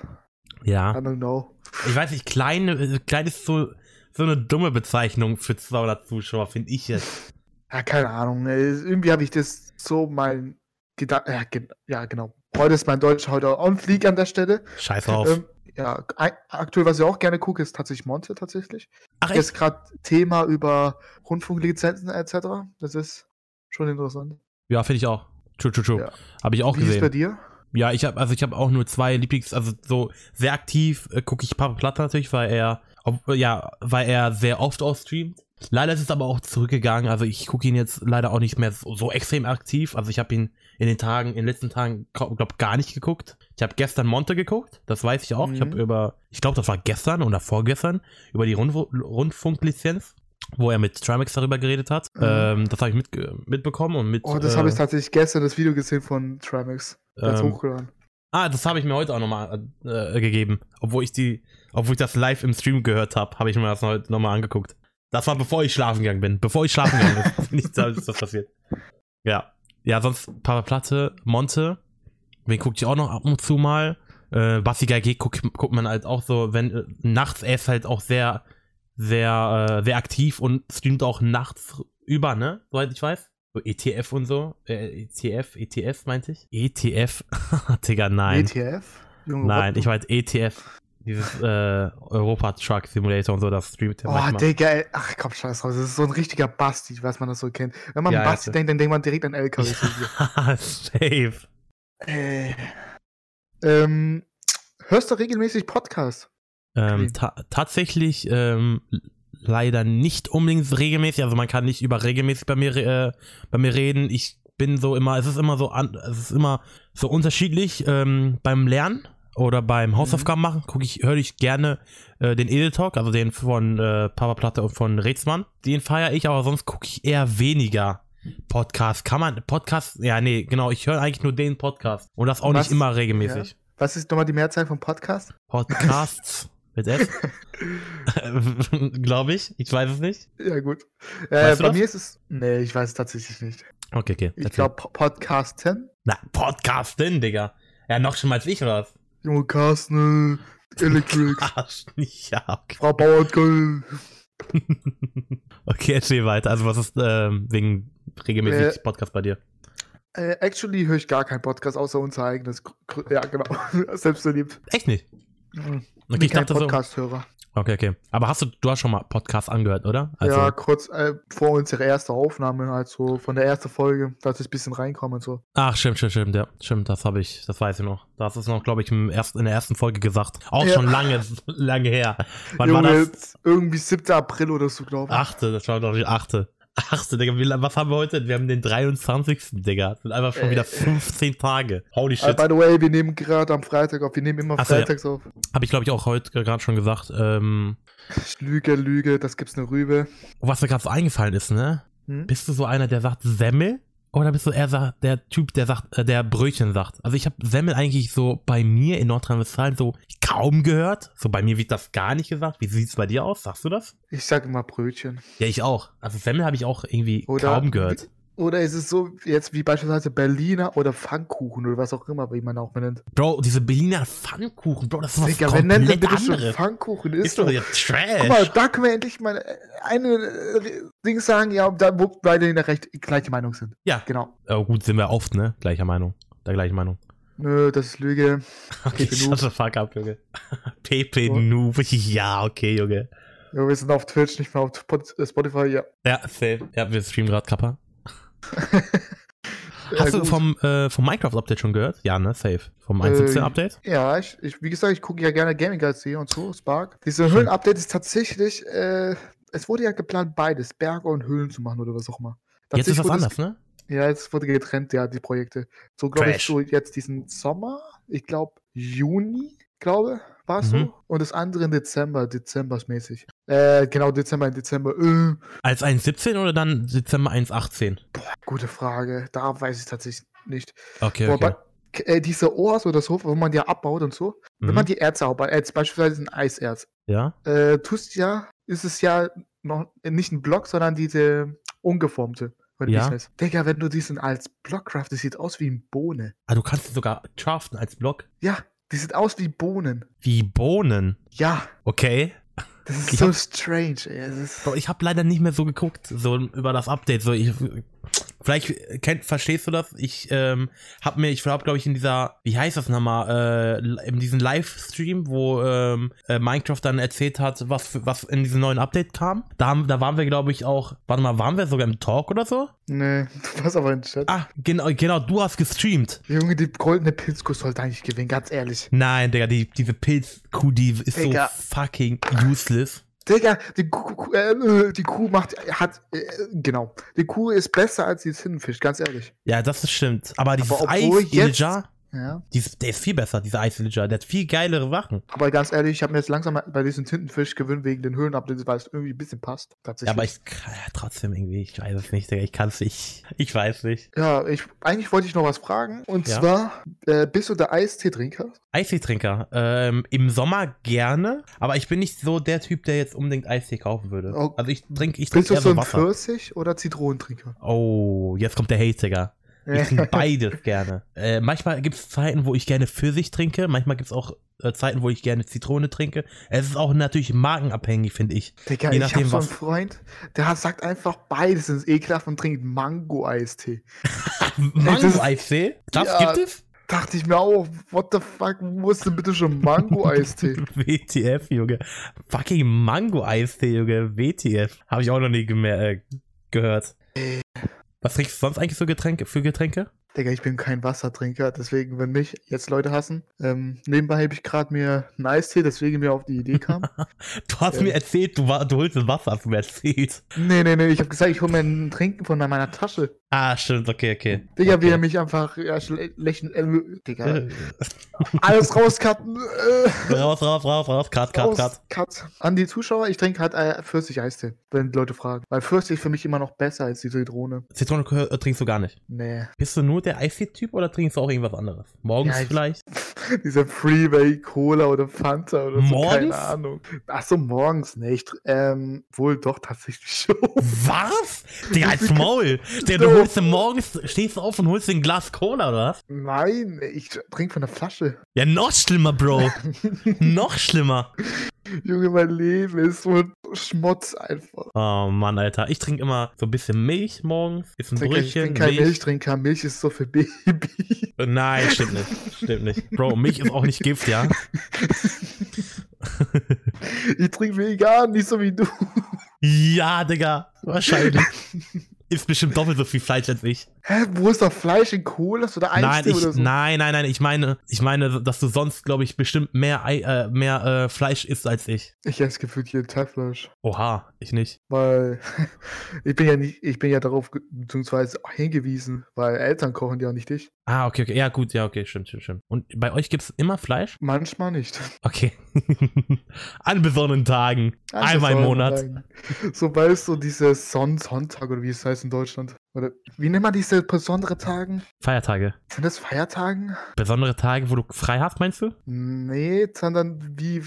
[SPEAKER 1] I
[SPEAKER 2] ja.
[SPEAKER 1] don't know.
[SPEAKER 2] Ich weiß nicht, klein, äh, klein ist so, so eine dumme Bezeichnung für 200 Zuschauer, finde ich jetzt.
[SPEAKER 1] Ja, keine Ahnung. ey. Irgendwie habe ich das so mal gedacht. Ja, ge ja, genau. Heute ist mein Deutsch heute on fleek an der Stelle.
[SPEAKER 2] Scheiß auf.
[SPEAKER 1] *laughs* Ähm, ja, ein- aktuell, was ich auch gerne gucke, ist tatsächlich Monte tatsächlich.
[SPEAKER 2] Ach, echt?
[SPEAKER 1] Jetzt gerade Thema über Rundfunklizenzen etc. Das ist schon interessant.
[SPEAKER 2] Ja, finde ich auch. True, true, true.
[SPEAKER 1] Ja.
[SPEAKER 2] Habe ich auch
[SPEAKER 1] Wie ist
[SPEAKER 2] gesehen.
[SPEAKER 1] bei dir?
[SPEAKER 2] Ja, ich habe also ich habe auch nur zwei Lieblings, also so sehr aktiv äh, gucke ich Papa Platt natürlich, weil er ob, ja, weil er sehr oft auch streamt. Leider ist es aber auch zurückgegangen, also ich gucke ihn jetzt leider auch nicht mehr so, so extrem aktiv, also ich habe ihn in den Tagen in den letzten Tagen glaube gar nicht geguckt. Ich habe gestern Monte geguckt, das weiß ich auch. Ich habe
[SPEAKER 1] Mhm.
[SPEAKER 2] über ich glaube, das war gestern oder vorgestern über die Rundfu- Rundfunklizenz, wo er mit Trimax darüber geredet hat.
[SPEAKER 1] Mhm.
[SPEAKER 2] Ähm, das habe ich mitge- mitbekommen und mit
[SPEAKER 1] Oh, das
[SPEAKER 2] äh,
[SPEAKER 1] habe ich tatsächlich gestern das Video gesehen von Trimax. Der hat's
[SPEAKER 2] ähm,
[SPEAKER 1] hochgeladen.
[SPEAKER 2] Ah, das habe ich mir heute auch nochmal äh, gegeben. Obwohl ich die, obwohl ich das live im Stream gehört habe, habe ich mir das heute nochmal angeguckt. Das war bevor ich schlafen gegangen bin. Bevor ich schlafen gegangen bin. Nicht, da ist das passiert. Ja. Ja, sonst Papa Platte, Monte. Wen guckt ihr auch noch ab und zu mal? Äh, Basti Geige guckt, guckt man halt auch so, wenn äh, nachts er ist halt auch sehr, sehr, äh, sehr aktiv und streamt auch nachts über, ne? Soweit ich weiß. So ETF und so. Äh, ETF, ETF meinte ich. ETF. *laughs* Digga,
[SPEAKER 1] E
[SPEAKER 2] nein.
[SPEAKER 1] ETF? Junge,
[SPEAKER 2] Nein,
[SPEAKER 1] what
[SPEAKER 2] ich
[SPEAKER 1] the-
[SPEAKER 2] meine ETF. Dieses äh, Europa Truck Simulator und so, das streamt er
[SPEAKER 1] Oh,
[SPEAKER 2] manchmal.
[SPEAKER 1] Digga, ey. ach komm, scheiß raus. Das ist so ein richtiger Basti, was man das so kennt. Wenn man
[SPEAKER 2] Ja, ja,
[SPEAKER 1] Basti
[SPEAKER 2] klar.
[SPEAKER 1] denkt, dann denkt man direkt an
[SPEAKER 2] *laughs*
[SPEAKER 1] LKW.
[SPEAKER 2] Safe.
[SPEAKER 1] Äh. Ähm, hörst du regelmäßig Podcast?
[SPEAKER 2] Ähm, ta tatsächlich ähm, leider nicht unbedingt regelmäßig. Also man kann nicht über regelmäßig bei mir, äh, bei mir reden. Ich bin so immer, es ist immer so an, es ist immer so unterschiedlich ähm, beim Lernen oder beim Hausaufgaben machen. Guck ich, höre ich gerne äh, den Edel Talk, also den von äh, Papa Platte und von Reetzmann. Den feiere ich, aber sonst gucke ich eher weniger. Podcast, kann man, Podcast, ja, nee, genau, ich höre eigentlich nur den Podcast. Und das auch
[SPEAKER 1] Was-
[SPEAKER 2] nicht immer regelmäßig.
[SPEAKER 1] Was ist nochmal die Mehrzahl von Podcast?
[SPEAKER 2] Podcasts mit F.
[SPEAKER 1] *laughs*
[SPEAKER 2] Glaube ich. Ich weiß es nicht.
[SPEAKER 1] Ja, gut. Äh,
[SPEAKER 2] Weißt du
[SPEAKER 1] bei
[SPEAKER 2] das?
[SPEAKER 1] mir ist es. Nee, ich weiß es tatsächlich nicht.
[SPEAKER 2] Okay, okay.
[SPEAKER 1] Ich
[SPEAKER 2] erzähl.
[SPEAKER 1] glaube Podcasten.
[SPEAKER 2] Na, Podcasten, Digga. Ja, noch schon mal als ich
[SPEAKER 1] *laughs*
[SPEAKER 2] oder was?
[SPEAKER 1] Junge Carsten, äh, Electric,
[SPEAKER 2] Arsch, ja, okay.
[SPEAKER 1] Frau Bauertgöll.
[SPEAKER 2] Okay, erzähl weiter. Also, was ist ähm, wegen regelmäßig
[SPEAKER 1] Äh,
[SPEAKER 2] Podcast bei dir?
[SPEAKER 1] Äh, actually höre ich gar keinen Podcast, außer unser eigenes. Gr- Gr- Ja, genau. *laughs* Selbstverliebt.
[SPEAKER 2] Echt nicht.
[SPEAKER 1] Mhm.
[SPEAKER 2] Okay,
[SPEAKER 1] Bin
[SPEAKER 2] ich
[SPEAKER 1] kein
[SPEAKER 2] dachte so.
[SPEAKER 1] Podcast-Hörer.
[SPEAKER 2] Okay, okay. Aber hast du, du hast schon mal Podcast angehört, oder? Also,
[SPEAKER 1] ja, kurz äh, vor unserer ersten Aufnahme, also von der ersten Folge, dass ich ein bisschen reinkomme und so.
[SPEAKER 2] Ach, stimmt, stimmt, stimmt, ja. Stimmt, das habe ich, das weiß ich noch. Das ist noch, glaube ich, im ersten, in der ersten Folge gesagt. Auch
[SPEAKER 1] Ja.
[SPEAKER 2] schon lange, *laughs* lange her. Wann war
[SPEAKER 1] Junge,
[SPEAKER 2] das? Ah,
[SPEAKER 1] Irgendwie 7. April oder so, glaube ich.
[SPEAKER 2] Achte, das war, glaube ich, achte. Ach, so, Digga, wie- was haben wir heute? Wir haben den 23. Digga. Das sind einfach schon wieder 15 Tage. Holy
[SPEAKER 1] Äh,
[SPEAKER 2] shit.
[SPEAKER 1] by the way, wir nehmen gerade am Freitag auf. Wir nehmen immer
[SPEAKER 2] Ach so, ja.
[SPEAKER 1] freitags auf.
[SPEAKER 2] Habe ich, glaube ich, auch heute gerade schon gesagt. Ähm,
[SPEAKER 1] Ich lüge, lüge, das gibt's eine Rübe.
[SPEAKER 2] was mir gerade so eingefallen ist, ne?
[SPEAKER 1] Hm?
[SPEAKER 2] Bist du so einer, der sagt Semmel? Oder bist du eher sa- der Typ, der sagt, äh, der Brötchen sagt? Also ich habe Semmel eigentlich so bei mir in Nordrhein-Westfalen so kaum gehört. So bei mir wird das gar nicht gesagt. Wie sieht's bei dir aus? Sagst du das?
[SPEAKER 1] Ich sag immer Brötchen.
[SPEAKER 2] Ja, ich auch. Also Semmel habe ich auch irgendwie
[SPEAKER 1] Oder-
[SPEAKER 2] kaum gehört.
[SPEAKER 1] Oder ist es so jetzt wie beispielsweise Berliner oder Pfannkuchen oder was auch immer, wie man auch nennt.
[SPEAKER 2] Bro, diese Berliner Pfannkuchen, Bro, das ist was
[SPEAKER 1] Digga, wer nennt denn
[SPEAKER 2] komplett
[SPEAKER 1] bitte schon
[SPEAKER 2] anderes.
[SPEAKER 1] Pfannkuchen?
[SPEAKER 2] Ist doch jetzt Trash.
[SPEAKER 1] Guck mal, da können wir endlich mal äh, eine äh, Ding sagen, ja, da, wo beide in der recht gleiche Meinung sind.
[SPEAKER 2] Ja.
[SPEAKER 1] Genau.
[SPEAKER 2] Aber gut, sind wir oft, ne? Gleicher Meinung. Der
[SPEAKER 1] *laughs*
[SPEAKER 2] gleichen Meinung.
[SPEAKER 1] Nö, das ist Lüge.
[SPEAKER 2] Okay,
[SPEAKER 1] Pepe Noob.
[SPEAKER 2] shut the fuck up, Junge. *laughs* Pepe
[SPEAKER 1] So.
[SPEAKER 2] Noob. *laughs* Ja, okay, Junge.
[SPEAKER 1] Ja, wir sind auf Twitch, nicht mehr auf Spot- äh, Spotify, ja.
[SPEAKER 2] Ja, safe. Ja, wir streamen gerade Kappa.
[SPEAKER 1] Ja,
[SPEAKER 2] Hast du
[SPEAKER 1] gut.
[SPEAKER 2] vom, äh, vom Minecraft-Update schon gehört? Ja, ne? Safe. Vom
[SPEAKER 1] Äh,
[SPEAKER 2] 1.17-Update?
[SPEAKER 1] Ja, ich, ich, wie gesagt, ich gucke ja gerne Gaming Guides hier und so, Spark. Diese Höhlen-Update ist tatsächlich, äh, es wurde ja geplant, beides, Berge und Höhlen zu machen oder was auch immer.
[SPEAKER 2] Jetzt ist
[SPEAKER 1] Tatsächlich
[SPEAKER 2] was
[SPEAKER 1] wurde es-
[SPEAKER 2] anders, ne?
[SPEAKER 1] Ja, jetzt wurde getrennt, ja, die Projekte. So glaube ich,
[SPEAKER 2] Trash.
[SPEAKER 1] so jetzt diesen Sommer, ich glaube Juni, glaube, war es
[SPEAKER 2] Mhm.
[SPEAKER 1] so. Und das andere im Dezember, Dezembersmäßig. Äh, genau, Dezember, in Dezember. Äh,
[SPEAKER 2] Als 1.17 oder dann Dezember 1.18?
[SPEAKER 1] gute Frage, da weiß ich tatsächlich nicht.
[SPEAKER 2] Okay, okay.
[SPEAKER 1] Aber k- äh, diese Ors oder so, wo man die ja abbaut und so,
[SPEAKER 2] Mhm.
[SPEAKER 1] wenn man die Erze abbaut, jetzt beispielsweise ein Eiserz,
[SPEAKER 2] ja?
[SPEAKER 1] äh, tust ja, ist es ja noch äh, nicht ein Block, sondern diese ungeformte. Oder wie
[SPEAKER 2] Ja.
[SPEAKER 1] es heißt. Digga, wenn du diesen als Block craftest, das sieht aus wie ein Bohne.
[SPEAKER 2] Ah, du kannst es sogar craften als Block.
[SPEAKER 1] Ja, die sieht aus wie Bohnen.
[SPEAKER 2] Wie Bohnen.
[SPEAKER 1] Ja,
[SPEAKER 2] Okay.
[SPEAKER 1] das ist
[SPEAKER 2] Ich
[SPEAKER 1] so
[SPEAKER 2] hab-
[SPEAKER 1] strange. Ey. Es ist,
[SPEAKER 2] So, ich habe leider nicht mehr so geguckt, so über das Update. So, ich, vielleicht kennt, verstehst du das. Ich ähm, habe mir, ich glaube, glaube ich, in dieser, wie heißt das nochmal, äh, in diesem Livestream, wo ähm, äh, Minecraft dann erzählt hat, was für- was in diesem neuen Update kam. Da, haben, da waren wir, glaube ich, auch, warte mal, waren wir sogar im Talk oder so?
[SPEAKER 1] nee, *laughs* du warst aber im Chat.
[SPEAKER 2] Ah, genau, genau, du hast gestreamt.
[SPEAKER 1] Junge, die goldene Pilzkuh sollte eigentlich gewinnen, ganz ehrlich.
[SPEAKER 2] Nein, Digga, die, diese Pilzkuh, die ist
[SPEAKER 1] Digga.
[SPEAKER 2] so fucking useless.
[SPEAKER 1] Digga, die Kuh, Kuh- äh, äh, die Kuh macht, hat, äh, genau. Die Kuh ist besser als die Zinnenfisch, ganz ehrlich.
[SPEAKER 2] Ja, das stimmt. Aber dieses
[SPEAKER 1] obwohl
[SPEAKER 2] Eis,
[SPEAKER 1] jetzt-
[SPEAKER 2] Illager,
[SPEAKER 1] Ja.
[SPEAKER 2] dies- der ist viel besser, dieser Eis Illager. Der hat viel geilere Waffen.
[SPEAKER 1] Aber ganz ehrlich, ich habe mir jetzt langsam mal bei diesem Tintenfisch gewöhnt wegen den Höhlenabschnitten, weil es irgendwie ein bisschen passt.
[SPEAKER 2] Ja,
[SPEAKER 1] Tatsächlich.
[SPEAKER 2] aber ich kann- ja, trotzdem irgendwie, ich weiß es nicht, Digga. Ich kann es nicht. *laughs* Ich weiß nicht.
[SPEAKER 1] ja, ich, eigentlich wollte ich noch was fragen. Und
[SPEAKER 2] Ja.
[SPEAKER 1] zwar, äh, bist du der Eisteetrinker?
[SPEAKER 2] Eisteetrinker. Ähm, Im Sommer gerne, aber ich bin nicht so der Typ, der jetzt unbedingt Eistee kaufen würde.
[SPEAKER 1] Oh.
[SPEAKER 2] Also ich trinke ich trink
[SPEAKER 1] Bist du
[SPEAKER 2] eher
[SPEAKER 1] so
[SPEAKER 2] so
[SPEAKER 1] ein
[SPEAKER 2] Wasser.
[SPEAKER 1] Pfirsich- oder Zitronentrinker?
[SPEAKER 2] Oh, jetzt kommt der Hate, Digga.
[SPEAKER 1] *laughs*
[SPEAKER 2] Ich trinke beides gerne. Äh, manchmal gibt es Zeiten, wo ich gerne Pfirsich trinke, manchmal gibt es auch äh, Zeiten, wo ich gerne Zitrone trinke. Es ist auch natürlich markenabhängig, finde
[SPEAKER 1] *laughs*
[SPEAKER 2] ich.
[SPEAKER 1] Digga,
[SPEAKER 2] Je
[SPEAKER 1] ich
[SPEAKER 2] nachdem,
[SPEAKER 1] hab so einen
[SPEAKER 2] was-
[SPEAKER 1] Freund, der hat, sagt einfach beides ins Ekelhaft und trinkt Mango-Eistee.
[SPEAKER 2] Mango-Eistee? Das
[SPEAKER 1] Ja.
[SPEAKER 2] gibt es?
[SPEAKER 1] Dachte ich mir auch, what the fuck, wo ist denn bitte schon
[SPEAKER 2] *laughs*
[SPEAKER 1] Mango-Eistee?
[SPEAKER 2] WTF, Junge. Fucking Mango-Eistee, Junge. WTF. Habe ich auch noch nie gemer- äh, gehört. Was trinkst du sonst eigentlich für Getränke? Für Getränke?
[SPEAKER 1] Digga, ich bin kein Wassertrinker, deswegen, wenn mich jetzt Leute hassen, ähm, nebenbei habe ich gerade mir einen Eistee, deswegen mir auf die Idee
[SPEAKER 2] *laughs*
[SPEAKER 1] kam.
[SPEAKER 2] Du hast
[SPEAKER 1] Ähm.
[SPEAKER 2] mir erzählt, du, war, du holst das Wasser, hast du mir erzählt.
[SPEAKER 1] nee, nee, nee, ich habe gesagt, ich hole mir ein Trinken von meiner Tasche.
[SPEAKER 2] Ah, stimmt, okay, okay.
[SPEAKER 1] Digga,
[SPEAKER 2] okay.
[SPEAKER 1] wie er mich einfach ja, schle- lächeln, äh, Digga,
[SPEAKER 2] Äh,
[SPEAKER 1] alles rauskappen, äh,
[SPEAKER 2] raus, raus, raus, raus, cut, cut,
[SPEAKER 1] Aus-
[SPEAKER 2] cut.
[SPEAKER 1] Cut. An die Zuschauer, ich trinke halt äh, Pfirsich-Eistee, wenn Leute fragen. Weil Pfirsich für mich immer noch besser als die Zitrone.
[SPEAKER 2] Zitrone äh, trinkst du gar nicht.
[SPEAKER 1] Nee. *laughs*
[SPEAKER 2] Bist du nur der Eistee-Typ oder trinkst du auch irgendwas anderes? Morgens
[SPEAKER 1] Ja, ich-
[SPEAKER 2] vielleicht?
[SPEAKER 1] Diese Freeway Cola oder Fanta oder so,
[SPEAKER 2] Morgens?
[SPEAKER 1] keine Ahnung. Achso, morgens nicht. Ähm, wohl doch tatsächlich *laughs* schon.
[SPEAKER 2] Was? Digga, als
[SPEAKER 1] *laughs*
[SPEAKER 2] Maul. Digga, du
[SPEAKER 1] So.
[SPEAKER 2] holst dir morgens, stehst du auf und holst dir ein Glas Cola, oder was?
[SPEAKER 1] Nein, ich trinke von der Flasche.
[SPEAKER 2] Ja, noch
[SPEAKER 1] *laughs*
[SPEAKER 2] schlimmer, Bro. noch schlimmer.
[SPEAKER 1] Junge, mein Leben ist so ein Schmutz einfach.
[SPEAKER 2] Oh Mann, Alter. Ich trinke immer so ein bisschen Milch morgens. Ist ein
[SPEAKER 1] Digga, ich
[SPEAKER 2] Brötchen.
[SPEAKER 1] bin kein
[SPEAKER 2] Milch. Äh,
[SPEAKER 1] Milchtrinker. Milch ist so für *laughs* Baby.
[SPEAKER 2] Nein, stimmt nicht. Stimmt nicht. Bro, Milch ist auch nicht Gift, ja?
[SPEAKER 1] Ich trinke vegan, nicht so wie du.
[SPEAKER 2] Ja, Digga. Wahrscheinlich. Ist bestimmt doppelt so viel Fleisch als ich.
[SPEAKER 1] Hä, wo ist da Fleisch in Kohlers oder
[SPEAKER 2] Nein,
[SPEAKER 1] Eis
[SPEAKER 2] ich,
[SPEAKER 1] oder so?
[SPEAKER 2] nein, nein, nein, ich meine, ich meine, dass du sonst, glaube ich, bestimmt mehr, Ei, äh, mehr äh, Fleisch isst als ich.
[SPEAKER 1] Ich esse gefühlt jeden Tag Fleisch.
[SPEAKER 2] Oha, ich nicht.
[SPEAKER 1] Weil *laughs* ich bin ja nicht, ich bin ja darauf ge- beziehungsweise hingewiesen, weil Eltern kochen ja nicht ich.
[SPEAKER 2] Ah, okay, okay. Ja, gut, ja, okay, stimmt, stimmt, stimmt. Und bei euch gibt's immer Fleisch?
[SPEAKER 1] Manchmal nicht. *laughs*
[SPEAKER 2] Okay. *laughs* An besonderen Tagen.
[SPEAKER 1] Also
[SPEAKER 2] Einmal im Monat.
[SPEAKER 1] Sobald so diese Son Sonntag oder wie es heißt in Deutschland. Oder wie nennt man diese besondere Tagen?
[SPEAKER 2] Feiertage.
[SPEAKER 1] Sind das Feiertagen?
[SPEAKER 2] Besondere Tage, wo du frei hast, meinst du?
[SPEAKER 1] Nee, sondern wie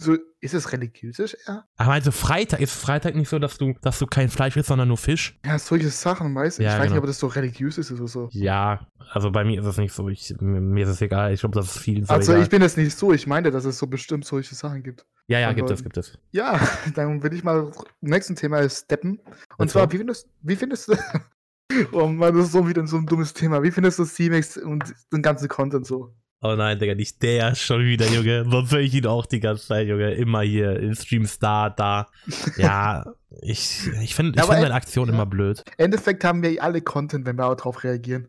[SPEAKER 1] so ist es religiös eher?
[SPEAKER 2] Ach, meinst du, Freitag ist Freitag nicht so, dass du, dass du kein Fleisch isst, sondern nur Fisch?
[SPEAKER 1] Ja, solche Sachen, weißt du?
[SPEAKER 2] Ja,
[SPEAKER 1] ich weiß
[SPEAKER 2] genau.
[SPEAKER 1] nicht, ob das so religiös ist oder so.
[SPEAKER 2] Ja, also bei mir ist es nicht so. Ich, mir mir ist es egal. Ich glaube, das ist viel. Ist
[SPEAKER 1] also
[SPEAKER 2] egal.
[SPEAKER 1] ich bin jetzt nicht so, ich meine, dass es so bestimmt solche Sachen gibt.
[SPEAKER 2] ja, ja,
[SPEAKER 1] also-
[SPEAKER 2] gibt es, gibt es.
[SPEAKER 1] Ja, *laughs* dann will ich mal im nächsten Thema steppen. Und
[SPEAKER 2] Let's
[SPEAKER 1] zwar,
[SPEAKER 2] go.
[SPEAKER 1] wie findest, wie findest du. *laughs* Oh Mann, das ist so wieder so ein dummes Thema. Wie findest du Steamix und den ganzen Content so?
[SPEAKER 2] Oh nein, Digga, nicht der schon wieder, Junge. *laughs* Sonst höre ich ihn auch die ganze Zeit, Junge. Immer hier im Stream Star, da.
[SPEAKER 1] *laughs*
[SPEAKER 2] Ja, ich, ich finde
[SPEAKER 1] Ja,
[SPEAKER 2] ich
[SPEAKER 1] aber
[SPEAKER 2] find
[SPEAKER 1] ey-
[SPEAKER 2] seine Aktion
[SPEAKER 1] ja.
[SPEAKER 2] immer blöd.
[SPEAKER 1] Im Endeffekt haben wir alle Content, wenn wir auch drauf reagieren.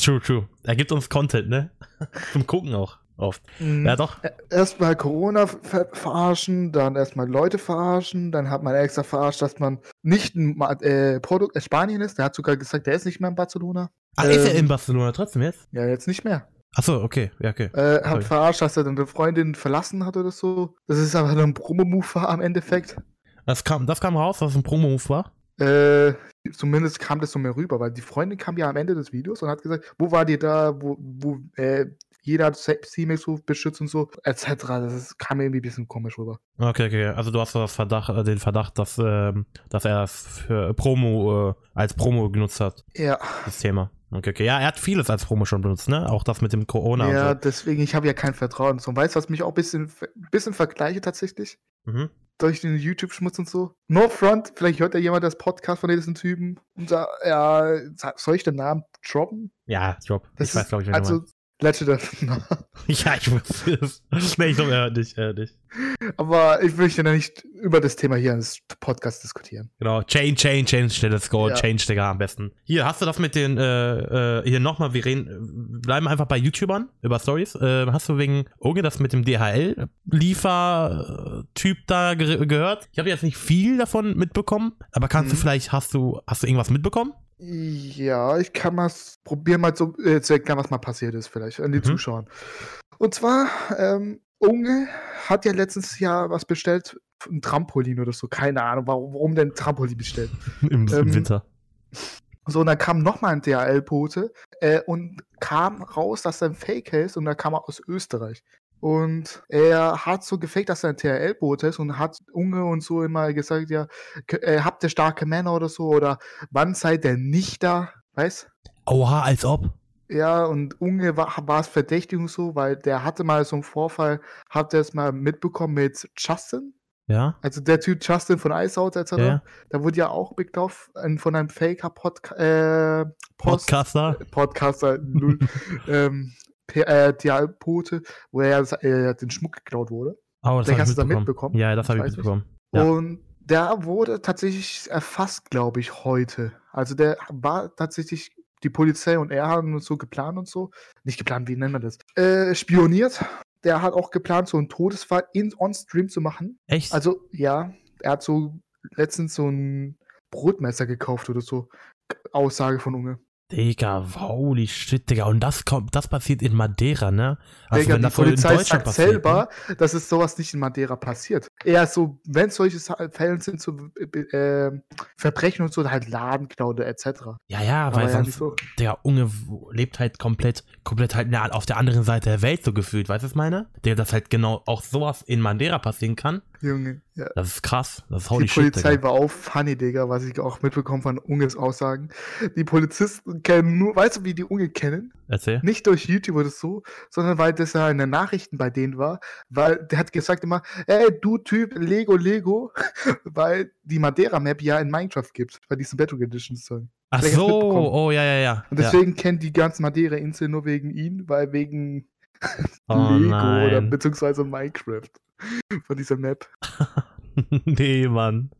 [SPEAKER 2] True, true. Er gibt uns Content, ne? *laughs* Zum Gucken auch oft. Ja, doch.
[SPEAKER 1] Erstmal Corona ver verarschen, dann erstmal Leute verarschen, dann hat man extra verarscht, dass man nicht in Ma- äh, Produkt äh, Spanien ist. Der hat sogar gesagt, der ist nicht mehr in Barcelona.
[SPEAKER 2] Ach, ist er
[SPEAKER 1] Ähm.
[SPEAKER 2] in Barcelona trotzdem jetzt?
[SPEAKER 1] Ja, jetzt nicht mehr.
[SPEAKER 2] Achso, okay, ja, okay.
[SPEAKER 1] Äh,
[SPEAKER 2] Sorry.
[SPEAKER 1] hat verarscht, dass er dann eine Freundin verlassen hat oder so. Das ist einfach nur ein Promo-Move war am Endeffekt.
[SPEAKER 2] Das kam, das kam raus, was ein Promo-Move war.
[SPEAKER 1] Äh, zumindest kam das so mehr rüber, weil die Freundin kam ja am Ende des Videos und hat gesagt, wo war ihr da, wo, wo, äh, jeder hat C-Max beschützt und so, etc. Das ist, kam mir irgendwie ein bisschen komisch rüber.
[SPEAKER 2] Okay, okay. Also du hast so das Verdacht, äh, den Verdacht, dass, ähm, dass er das für Promo, äh, als Promo genutzt hat,
[SPEAKER 1] Ja,
[SPEAKER 2] das Thema. Okay, okay. Ja, er hat vieles als Promo schon benutzt, ne? Auch das mit dem Corona und
[SPEAKER 1] ja deswegen, ich habe ja kein Vertrauen. So, weißt du, was mich auch ein bisschen, ver- bisschen vergleiche tatsächlich?
[SPEAKER 2] so. Mhm.
[SPEAKER 1] Durch den YouTube-Schmutz und so. No front, vielleicht hört ja jemand das Podcast von diesen Typen. Und da, ja, sa- soll ich den Namen droppen?
[SPEAKER 2] Ja, Job.
[SPEAKER 1] Das
[SPEAKER 2] ich weiß,
[SPEAKER 1] ist-
[SPEAKER 2] glaube ich, wen du
[SPEAKER 1] Also, letzter
[SPEAKER 2] meinst. *laughs* Ja, ich muss es. Nee, ich glaube, er hört nicht, er hört nicht.
[SPEAKER 1] *laughs* Aber ich möchte ja nicht über das Thema hier im Podcast diskutieren.
[SPEAKER 2] Genau. Chain, chain, change, schnell, let's go.
[SPEAKER 1] Ja.
[SPEAKER 2] Change, Digga, am besten. Hier, hast du das mit den, äh, äh, hier nochmal, wir reden, äh, bleiben einfach bei YouTubern über Stories. Äh, hast du wegen Oge das mit dem DHL-Liefer-Typ da ge gehört? Ich habe jetzt nicht viel davon mitbekommen, aber kannst du
[SPEAKER 1] Mhm.
[SPEAKER 2] vielleicht, hast du, hast du irgendwas mitbekommen?
[SPEAKER 1] Ja, ich kann mal s- probieren, mal zu, äh, zu erklären, was mal passiert ist, vielleicht an die
[SPEAKER 2] Mhm.
[SPEAKER 1] Zuschauern. Und zwar, ähm, Unge hat ja letztes Jahr was bestellt, ein Trampolin oder so. Keine Ahnung, warum, warum denn ein Trampolin bestellt.
[SPEAKER 2] Im, im
[SPEAKER 1] Ähm,
[SPEAKER 2] Winter.
[SPEAKER 1] So, und dann kam nochmal ein DHL-Bote äh, und kam raus, dass er ein Fake ist und er kam aus Österreich. Und er hat so gefaked, dass er ein DHL-Bote ist und hat Unge und so immer gesagt, ja, k- äh, habt ihr starke Männer oder so oder wann seid ihr nicht da, weißt
[SPEAKER 2] Oha, als ob.
[SPEAKER 1] Ja, und Unge war es Verdächtigung so, weil der hatte mal so einen Vorfall, habt ihr es mal mitbekommen mit Justin?
[SPEAKER 2] Ja?
[SPEAKER 1] Also der Typ Justin von Ice Out etc.
[SPEAKER 2] Ja, ja.
[SPEAKER 1] Da wurde ja auch Big Dove ein- von einem Faker Podca äh, Post
[SPEAKER 2] Podcaster.
[SPEAKER 1] Podcaster Äh,
[SPEAKER 2] *laughs*
[SPEAKER 1] null, *laughs* ähm, P- äh, Dialpote, wo er äh, den Schmuck geklaut wurde.
[SPEAKER 2] Oh, das
[SPEAKER 1] Vielleicht
[SPEAKER 2] habe ich
[SPEAKER 1] hast du da
[SPEAKER 2] mitbekommen.
[SPEAKER 1] mitbekommen.
[SPEAKER 2] Ja, das habe ich
[SPEAKER 1] Weiß nicht.
[SPEAKER 2] mitbekommen. Ja.
[SPEAKER 1] Und der wurde tatsächlich erfasst, glaube ich, heute. Also der war tatsächlich, die Polizei und er haben so geplant und so, nicht geplant, wie nennt man das? Äh, spioniert. Der hat auch geplant, so einen Todesfall in on-stream zu machen.
[SPEAKER 2] Echt?
[SPEAKER 1] Also, ja, er hat so letztens so ein Brotmesser gekauft oder so. Aussage von Unge.
[SPEAKER 2] Digga, holy shit, Digga. Und das kommt, das passiert in Madeira, ne? Also
[SPEAKER 1] Digga,
[SPEAKER 2] wenn das
[SPEAKER 1] die
[SPEAKER 2] so in
[SPEAKER 1] Polizei
[SPEAKER 2] Deutschland
[SPEAKER 1] sagt
[SPEAKER 2] passiert, ne?
[SPEAKER 1] selber, dass es sowas nicht in Madeira passiert. Eher so, wenn solche Sa- Fälle sind, so äh, äh, Verbrechen und so, halt Ladenklaude etc.
[SPEAKER 2] Ne? Ja, ja,
[SPEAKER 1] Aber
[SPEAKER 2] weil
[SPEAKER 1] ja,
[SPEAKER 2] sonst,
[SPEAKER 1] nicht so.
[SPEAKER 2] Digga, Unge w- lebt halt komplett, komplett halt na- auf der anderen Seite der Welt so gefühlt, weißt du, was ich meine? Digga, dass halt genau auch sowas in Madeira passieren kann,
[SPEAKER 1] Junge, ja.
[SPEAKER 2] das ist krass. Das ist
[SPEAKER 1] Die
[SPEAKER 2] holy shit,
[SPEAKER 1] Polizei
[SPEAKER 2] Digga.
[SPEAKER 1] war auch funny, Digga, was ich auch mitbekommen von Unges Aussagen. Die Polizisten kennen nur, weißt du, wie die Unge kennen?
[SPEAKER 2] Erzähl.
[SPEAKER 1] Nicht durch YouTube oder so, sondern weil das ja in den Nachrichten bei denen war, weil der hat gesagt immer, ey, du Typ, Lego, Lego, *laughs* weil die Madeira-Map ja in Minecraft gibt, bei diesen Battle Editions. Sorry.
[SPEAKER 2] Ach
[SPEAKER 1] vielleicht hast
[SPEAKER 2] so,
[SPEAKER 1] du mitbekommen.
[SPEAKER 2] oh, ja, ja, ja.
[SPEAKER 1] Und
[SPEAKER 2] ja.
[SPEAKER 1] deswegen kennt die ganze Madeira-Insel nur wegen ihn, weil wegen
[SPEAKER 2] Oh
[SPEAKER 1] Lego oder
[SPEAKER 2] nein.
[SPEAKER 1] beziehungsweise Minecraft von dieser Map.
[SPEAKER 2] *laughs* nee, Mann.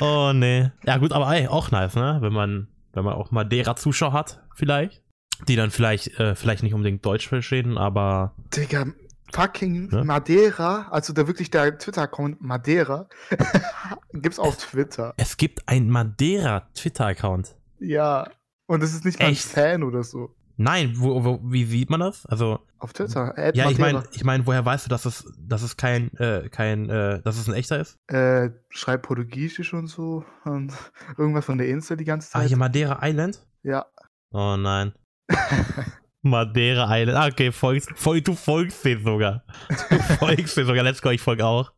[SPEAKER 2] oh, nee. Ja, gut, aber ey, auch nice, ne? Wenn man wenn man auch mal derer Zuschauer hat, vielleicht. Die dann vielleicht, äh, vielleicht nicht unbedingt Deutsch verstehen, aber
[SPEAKER 1] Digga, fucking
[SPEAKER 2] Ne?
[SPEAKER 1] Madeira, also der wirklich der Twitter-Account Madeira, *laughs* gibt's auf Twitter.
[SPEAKER 2] es gibt einen Madeira-Twitter-Account.
[SPEAKER 1] Ja. Und es ist nicht mal ein
[SPEAKER 2] Echt?
[SPEAKER 1] Fan oder so.
[SPEAKER 2] Nein, wo, wo, wie sieht man das? Also,
[SPEAKER 1] Auf Twitter. at
[SPEAKER 2] ja, ich
[SPEAKER 1] Madeira.
[SPEAKER 2] meine, ich mein, woher weißt du, dass es, dass es kein, äh, kein, äh, dass es ein echter ist?
[SPEAKER 1] Äh, schreibt Portugiesisch und so. Und *laughs* irgendwas von der Insel die ganze
[SPEAKER 2] Ah,
[SPEAKER 1] Zeit.
[SPEAKER 2] hier Madeira Island?
[SPEAKER 1] ja.
[SPEAKER 2] Oh
[SPEAKER 1] *laughs*
[SPEAKER 2] nein. Madeira Island. Ah, okay, folgst, fol, du folgst den sogar.
[SPEAKER 1] *laughs*
[SPEAKER 2] Du folgst den sogar. Let's go, ich folge auch.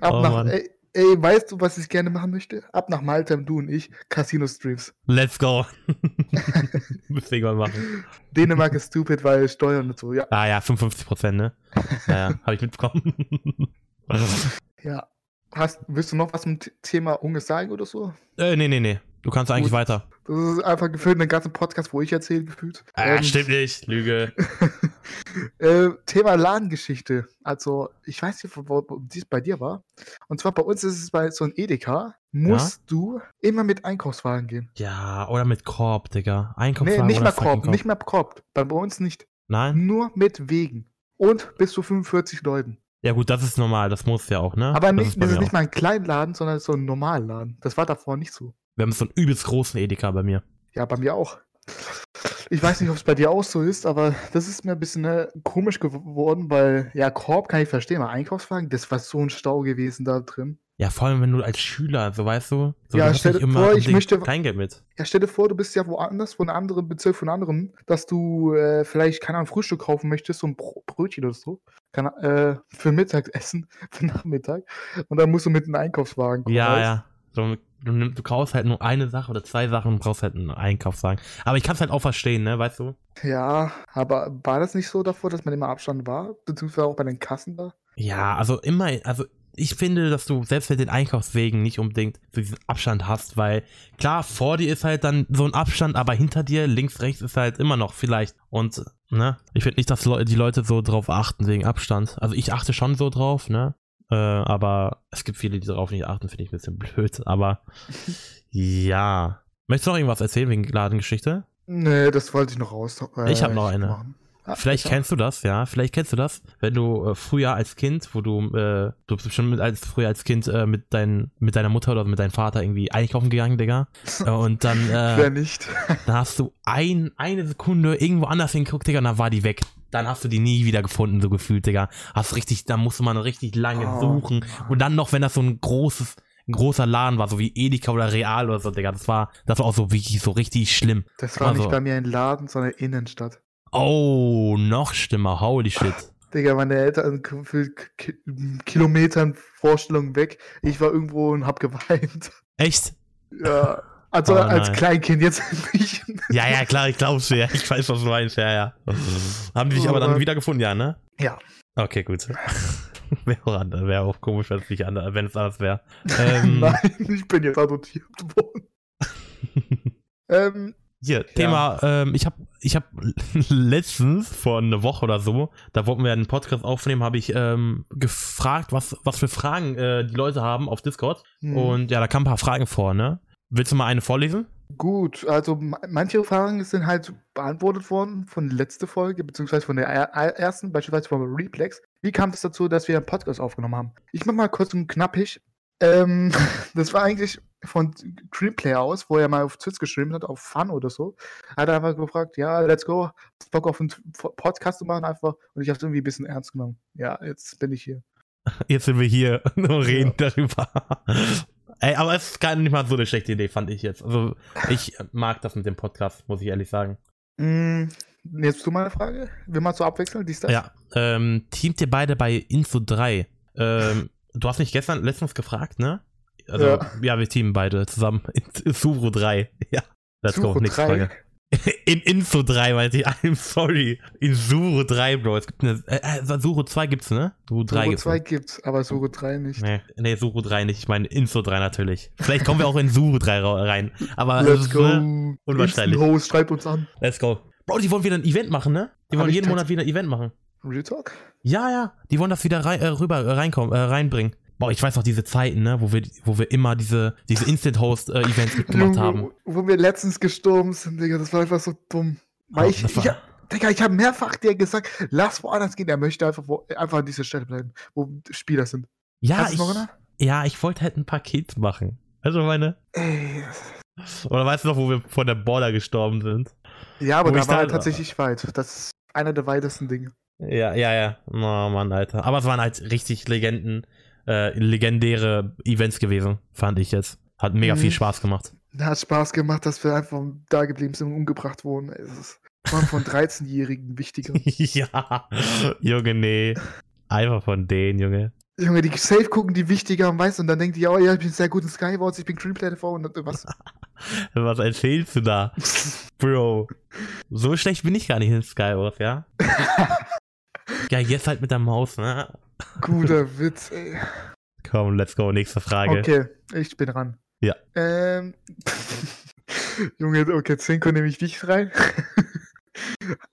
[SPEAKER 1] Ab
[SPEAKER 2] Oh,
[SPEAKER 1] nach,
[SPEAKER 2] Mann.
[SPEAKER 1] ey, ey, weißt du, was ich gerne machen möchte? Ab nach Malta, du und ich, Casino-Streams. *laughs*
[SPEAKER 2] Let's go. Müsste ich mal machen.
[SPEAKER 1] Dänemark ist stupid, weil Steuern und so. Ja,
[SPEAKER 2] Ah ja, 55 Prozent, ne? Naja, habe ich mitbekommen. *laughs*
[SPEAKER 1] ja. Hast, willst du noch was zum T- Thema Unge sagen oder so?
[SPEAKER 2] äh, nee, nee, nee. Du kannst eigentlich
[SPEAKER 1] Gut.
[SPEAKER 2] weiter.
[SPEAKER 1] Das ist einfach gefühlt einen ganzen Podcast, wo ich erzähle, gefühlt.
[SPEAKER 2] Ah,
[SPEAKER 1] Ähm,
[SPEAKER 2] stimmt nicht. Lüge.
[SPEAKER 1] Äh, Thema Ladengeschichte. Also, ich weiß nicht, wo, wo dies bei dir war. Und zwar bei uns ist es bei so einem Edeka, musst du immer mit Einkaufswagen gehen.
[SPEAKER 2] Ja, oder mit Korb, Digga. Einkaufswagen
[SPEAKER 1] nee, nicht
[SPEAKER 2] oder
[SPEAKER 1] mehr
[SPEAKER 2] fucking Hm.
[SPEAKER 1] Korb, nicht mehr Korb. Bei, bei uns nicht.
[SPEAKER 2] Nein?
[SPEAKER 1] Nur mit Wegen. Und bis zu 45 Leuten.
[SPEAKER 2] Ja gut, das ist normal. Das muss ja auch, ne?
[SPEAKER 1] Aber
[SPEAKER 2] das
[SPEAKER 1] nicht,
[SPEAKER 2] ist bei
[SPEAKER 1] das ist
[SPEAKER 2] mir
[SPEAKER 1] nicht
[SPEAKER 2] auch.
[SPEAKER 1] mal ein Kleinladen, sondern so ein Normalladen. Das war davor nicht so.
[SPEAKER 2] Wir haben so einen übelst großen Edeka bei mir.
[SPEAKER 1] Ja, bei mir auch. Ich weiß nicht, ob es bei dir auch so ist, aber das ist mir ein bisschen äh, komisch geworden, weil, ja, Korb kann ich verstehen, aber Einkaufswagen, das war so ein Stau gewesen da drin.
[SPEAKER 2] Ja, vor allem, wenn du als Schüler, so weißt du, so
[SPEAKER 1] Ja,
[SPEAKER 2] du hast
[SPEAKER 1] stell
[SPEAKER 2] nicht
[SPEAKER 1] dir vor, ich
[SPEAKER 2] unbedingt
[SPEAKER 1] möchte-
[SPEAKER 2] Kleingeld mit.
[SPEAKER 1] Ja, stell dir vor, du bist ja woanders, von einem anderen Bezirk, von anderem, dass du äh, vielleicht, keine Ahnung, Frühstück kaufen möchtest, so ein Bro- Brötchen oder so, keine, Ahnung, äh, für Mittagessen, *laughs* für Nachmittag. Und dann musst du mit einem Einkaufswagen kommen.
[SPEAKER 2] Ja,
[SPEAKER 1] weißt?
[SPEAKER 2] ja. So, du, nimm, du kaufst halt nur eine Sache oder zwei Sachen und brauchst halt einen Einkaufswagen. Aber ich kann es halt auch verstehen, ne, weißt du?
[SPEAKER 1] Ja, aber war das nicht so davor, dass man immer Abstand war? Beziehungsweise auch bei den Kassen da?
[SPEAKER 2] Ja, also immer, also ich finde, dass du selbst mit den Einkaufswegen nicht unbedingt so diesen Abstand hast, weil klar, vor dir ist halt dann so ein Abstand, aber hinter dir, links, rechts ist halt immer noch vielleicht. Und, ne, ich finde nicht, dass Leu die Leute so drauf achten wegen Abstand. Also ich achte schon so drauf, ne? Äh, aber es gibt viele, die darauf nicht achten, finde ich ein bisschen *laughs* blöd, aber ja. Möchtest du noch irgendwas erzählen wegen Ladengeschichte?
[SPEAKER 1] Nee, das wollte ich noch raus. äh,
[SPEAKER 2] Ich hab noch eine.
[SPEAKER 1] machen. Ah, ich
[SPEAKER 2] Vielleicht
[SPEAKER 1] hab-
[SPEAKER 2] kennst du das, ja. Vielleicht kennst du das, wenn du äh, früher als Kind, wo du, äh, du bist bestimmt mit, als, früher als Kind äh, mit, dein, mit deiner Mutter oder mit deinem Vater irgendwie einkaufen gegangen, Digga. Äh, Und dann,
[SPEAKER 1] Wer
[SPEAKER 2] äh,
[SPEAKER 1] nicht?
[SPEAKER 2] dann hast du ein, eine Sekunde irgendwo anders hingeguckt, Digga, und dann war die weg. Dann hast du die nie wieder gefunden, so gefühlt, Digga. Hast richtig, dann musste man richtig lange
[SPEAKER 1] Oh.
[SPEAKER 2] suchen. Und dann noch, wenn das so ein großes, ein großer Laden war, so wie Edeka oder Real oder so, Digga. Das war, das war auch so wirklich so richtig schlimm.
[SPEAKER 1] Das war
[SPEAKER 2] Also.
[SPEAKER 1] nicht bei mir ein Laden, sondern Innenstadt.
[SPEAKER 2] Oh, noch schlimmer. Holy shit.
[SPEAKER 1] Digga, meine Eltern k- für k- Kilometern Vorstellung weg. Ich war irgendwo und hab geweint. *laughs*
[SPEAKER 2] Echt?
[SPEAKER 1] Ja. Also
[SPEAKER 2] Oh
[SPEAKER 1] als
[SPEAKER 2] nein.
[SPEAKER 1] Kleinkind jetzt *laughs* nicht.
[SPEAKER 2] Ja, ja, klar, ich glaub's dir. Ich weiß, was du meinst. Ja, ja. Haben die dich aber dann
[SPEAKER 1] Aber-
[SPEAKER 2] wiedergefunden, ja, ne?
[SPEAKER 1] Ja.
[SPEAKER 2] Okay, gut. Wäre auch, ander- wäre auch komisch, wenn es nicht anders, wenn es anders wäre. Ähm,
[SPEAKER 1] Nein, ich bin jetzt adoptiert
[SPEAKER 2] *laughs*
[SPEAKER 1] worden. ähm,
[SPEAKER 2] hier, Thema, ähm, ich habe ich hab *laughs* letztens, vor einer Woche oder so, da wollten wir einen Podcast aufnehmen, habe ich ähm, gefragt, was, was für Fragen äh, die Leute haben auf Discord.
[SPEAKER 1] hm.
[SPEAKER 2] Und ja, da kamen ein paar Fragen vor, ne? Willst du mal eine vorlesen?
[SPEAKER 1] Gut, also ma- manche Fragen sind halt beantwortet worden von letzte Folge, beziehungsweise von der er- er- ersten, beispielsweise von Replex. Wie kam es dazu, dass wir einen Podcast aufgenommen haben? Ich mach mal kurz und knappig. Ähm, *laughs* das war eigentlich von Dreamplay aus, wo er mal auf Twitch geschrieben hat, auf Fun oder so. Hat er einfach gefragt, ja, let's go, hast Bock auf einen T- Podcast zu machen einfach. Und ich habe es irgendwie ein bisschen ernst genommen. Ja, jetzt bin ich hier.
[SPEAKER 2] Jetzt sind wir hier *laughs* und reden darüber. Ey, aber es ist gar nicht mal so eine schlechte Idee, fand ich jetzt. Also, ich mag das mit dem Podcast, muss ich ehrlich sagen.
[SPEAKER 1] Mm, jetzt du mal eine Frage. Wir mal so abwechseln, dies, das.
[SPEAKER 2] Ja. Ähm, teamt ihr beide bei Inso 3? Ähm, du hast mich gestern letztens gefragt, ne? Also, ja,
[SPEAKER 1] Ja.
[SPEAKER 2] wir teamen beide zusammen. In Suro 3. *laughs* Ja. Let's go,
[SPEAKER 1] Suche
[SPEAKER 2] nächste
[SPEAKER 1] drei.
[SPEAKER 2] Frage. In Info 3 meinte ich, *laughs* I'm sorry. In Suro 3, Bro. Es gibt eine. Äh, äh, Suro 2 gibt's, ne? Suro 3
[SPEAKER 1] Suche
[SPEAKER 2] gibt's.
[SPEAKER 1] 2 gibt's, aber Suche 3 nicht.
[SPEAKER 2] Nee, nee, Suru 3 nicht. Ich meine Inso 3 natürlich. Vielleicht kommen wir auch in Suru 3 ra- rein. Aber
[SPEAKER 1] Let's
[SPEAKER 2] äh,
[SPEAKER 1] go. Instant
[SPEAKER 2] unwahrscheinlich.
[SPEAKER 1] Host, schreibt uns an.
[SPEAKER 2] Let's go. Bro, die wollen wieder ein Event machen, ne? Die
[SPEAKER 1] Hab
[SPEAKER 2] wollen
[SPEAKER 1] ich
[SPEAKER 2] jeden
[SPEAKER 1] tats-
[SPEAKER 2] Monat wieder ein Event machen.
[SPEAKER 1] Real Talk?
[SPEAKER 2] Ja, ja. Die wollen das wieder rein, äh, rüber äh, reinkommen, äh, reinbringen. Boah, ich weiß noch diese Zeiten, ne, wo wir, wo wir immer diese, diese Instant-Host-Events mitgemacht haben.
[SPEAKER 1] Wo wir letztens gestorben sind, Digga, das war einfach so dumm. Weil
[SPEAKER 2] Ja,
[SPEAKER 1] ich,
[SPEAKER 2] das
[SPEAKER 1] ich,
[SPEAKER 2] war-
[SPEAKER 1] hab- Digga, ich habe mehrfach dir gesagt, lass woanders gehen, er möchte einfach, wo, einfach an dieser Stelle bleiben, wo Spieler sind.
[SPEAKER 2] Ja,
[SPEAKER 1] Kannst du
[SPEAKER 2] ich,
[SPEAKER 1] dich noch erinnern?
[SPEAKER 2] ja, ich wollte halt ein Paket machen. Also meine.
[SPEAKER 1] Ey,
[SPEAKER 2] Oder weißt du noch, wo wir von der Border gestorben sind?
[SPEAKER 1] ja, aber
[SPEAKER 2] Wo
[SPEAKER 1] da
[SPEAKER 2] ich
[SPEAKER 1] war
[SPEAKER 2] da-
[SPEAKER 1] er tatsächlich weit. Das ist einer der weitesten Dinge.
[SPEAKER 2] Ja, ja, ja. Oh Mann, Alter. Aber es waren halt richtig Legenden, äh, legendäre Events gewesen, fand ich jetzt. Hat mega
[SPEAKER 1] Mhm.
[SPEAKER 2] viel Spaß gemacht. *laughs*
[SPEAKER 1] Da hat Spaß gemacht, dass wir einfach da geblieben sind und umgebracht wurden. Es ist, waren
[SPEAKER 2] *laughs*
[SPEAKER 1] von 13-Jährigen wichtiger.
[SPEAKER 2] ja. Junge, nee. Einfach von denen, Junge.
[SPEAKER 1] Junge, die safe gucken die wichtiger und weißt du, und dann denkt die, oh ja, ich bin sehr gut in Skywars, ich bin Greenplanet TV und was.
[SPEAKER 2] Was erzählst du da? *laughs* Bro. So schlecht bin ich gar nicht in Skywars,
[SPEAKER 1] *laughs*
[SPEAKER 2] ja? ja, jetzt halt mit der Maus, ne?
[SPEAKER 1] Guter Witz, ey.
[SPEAKER 2] Komm, let's go. Nächste Frage.
[SPEAKER 1] Okay, ich bin dran.
[SPEAKER 2] Ja.
[SPEAKER 1] Ähm, *laughs* Junge, okay, Zinko nehme ich dich rein. *laughs*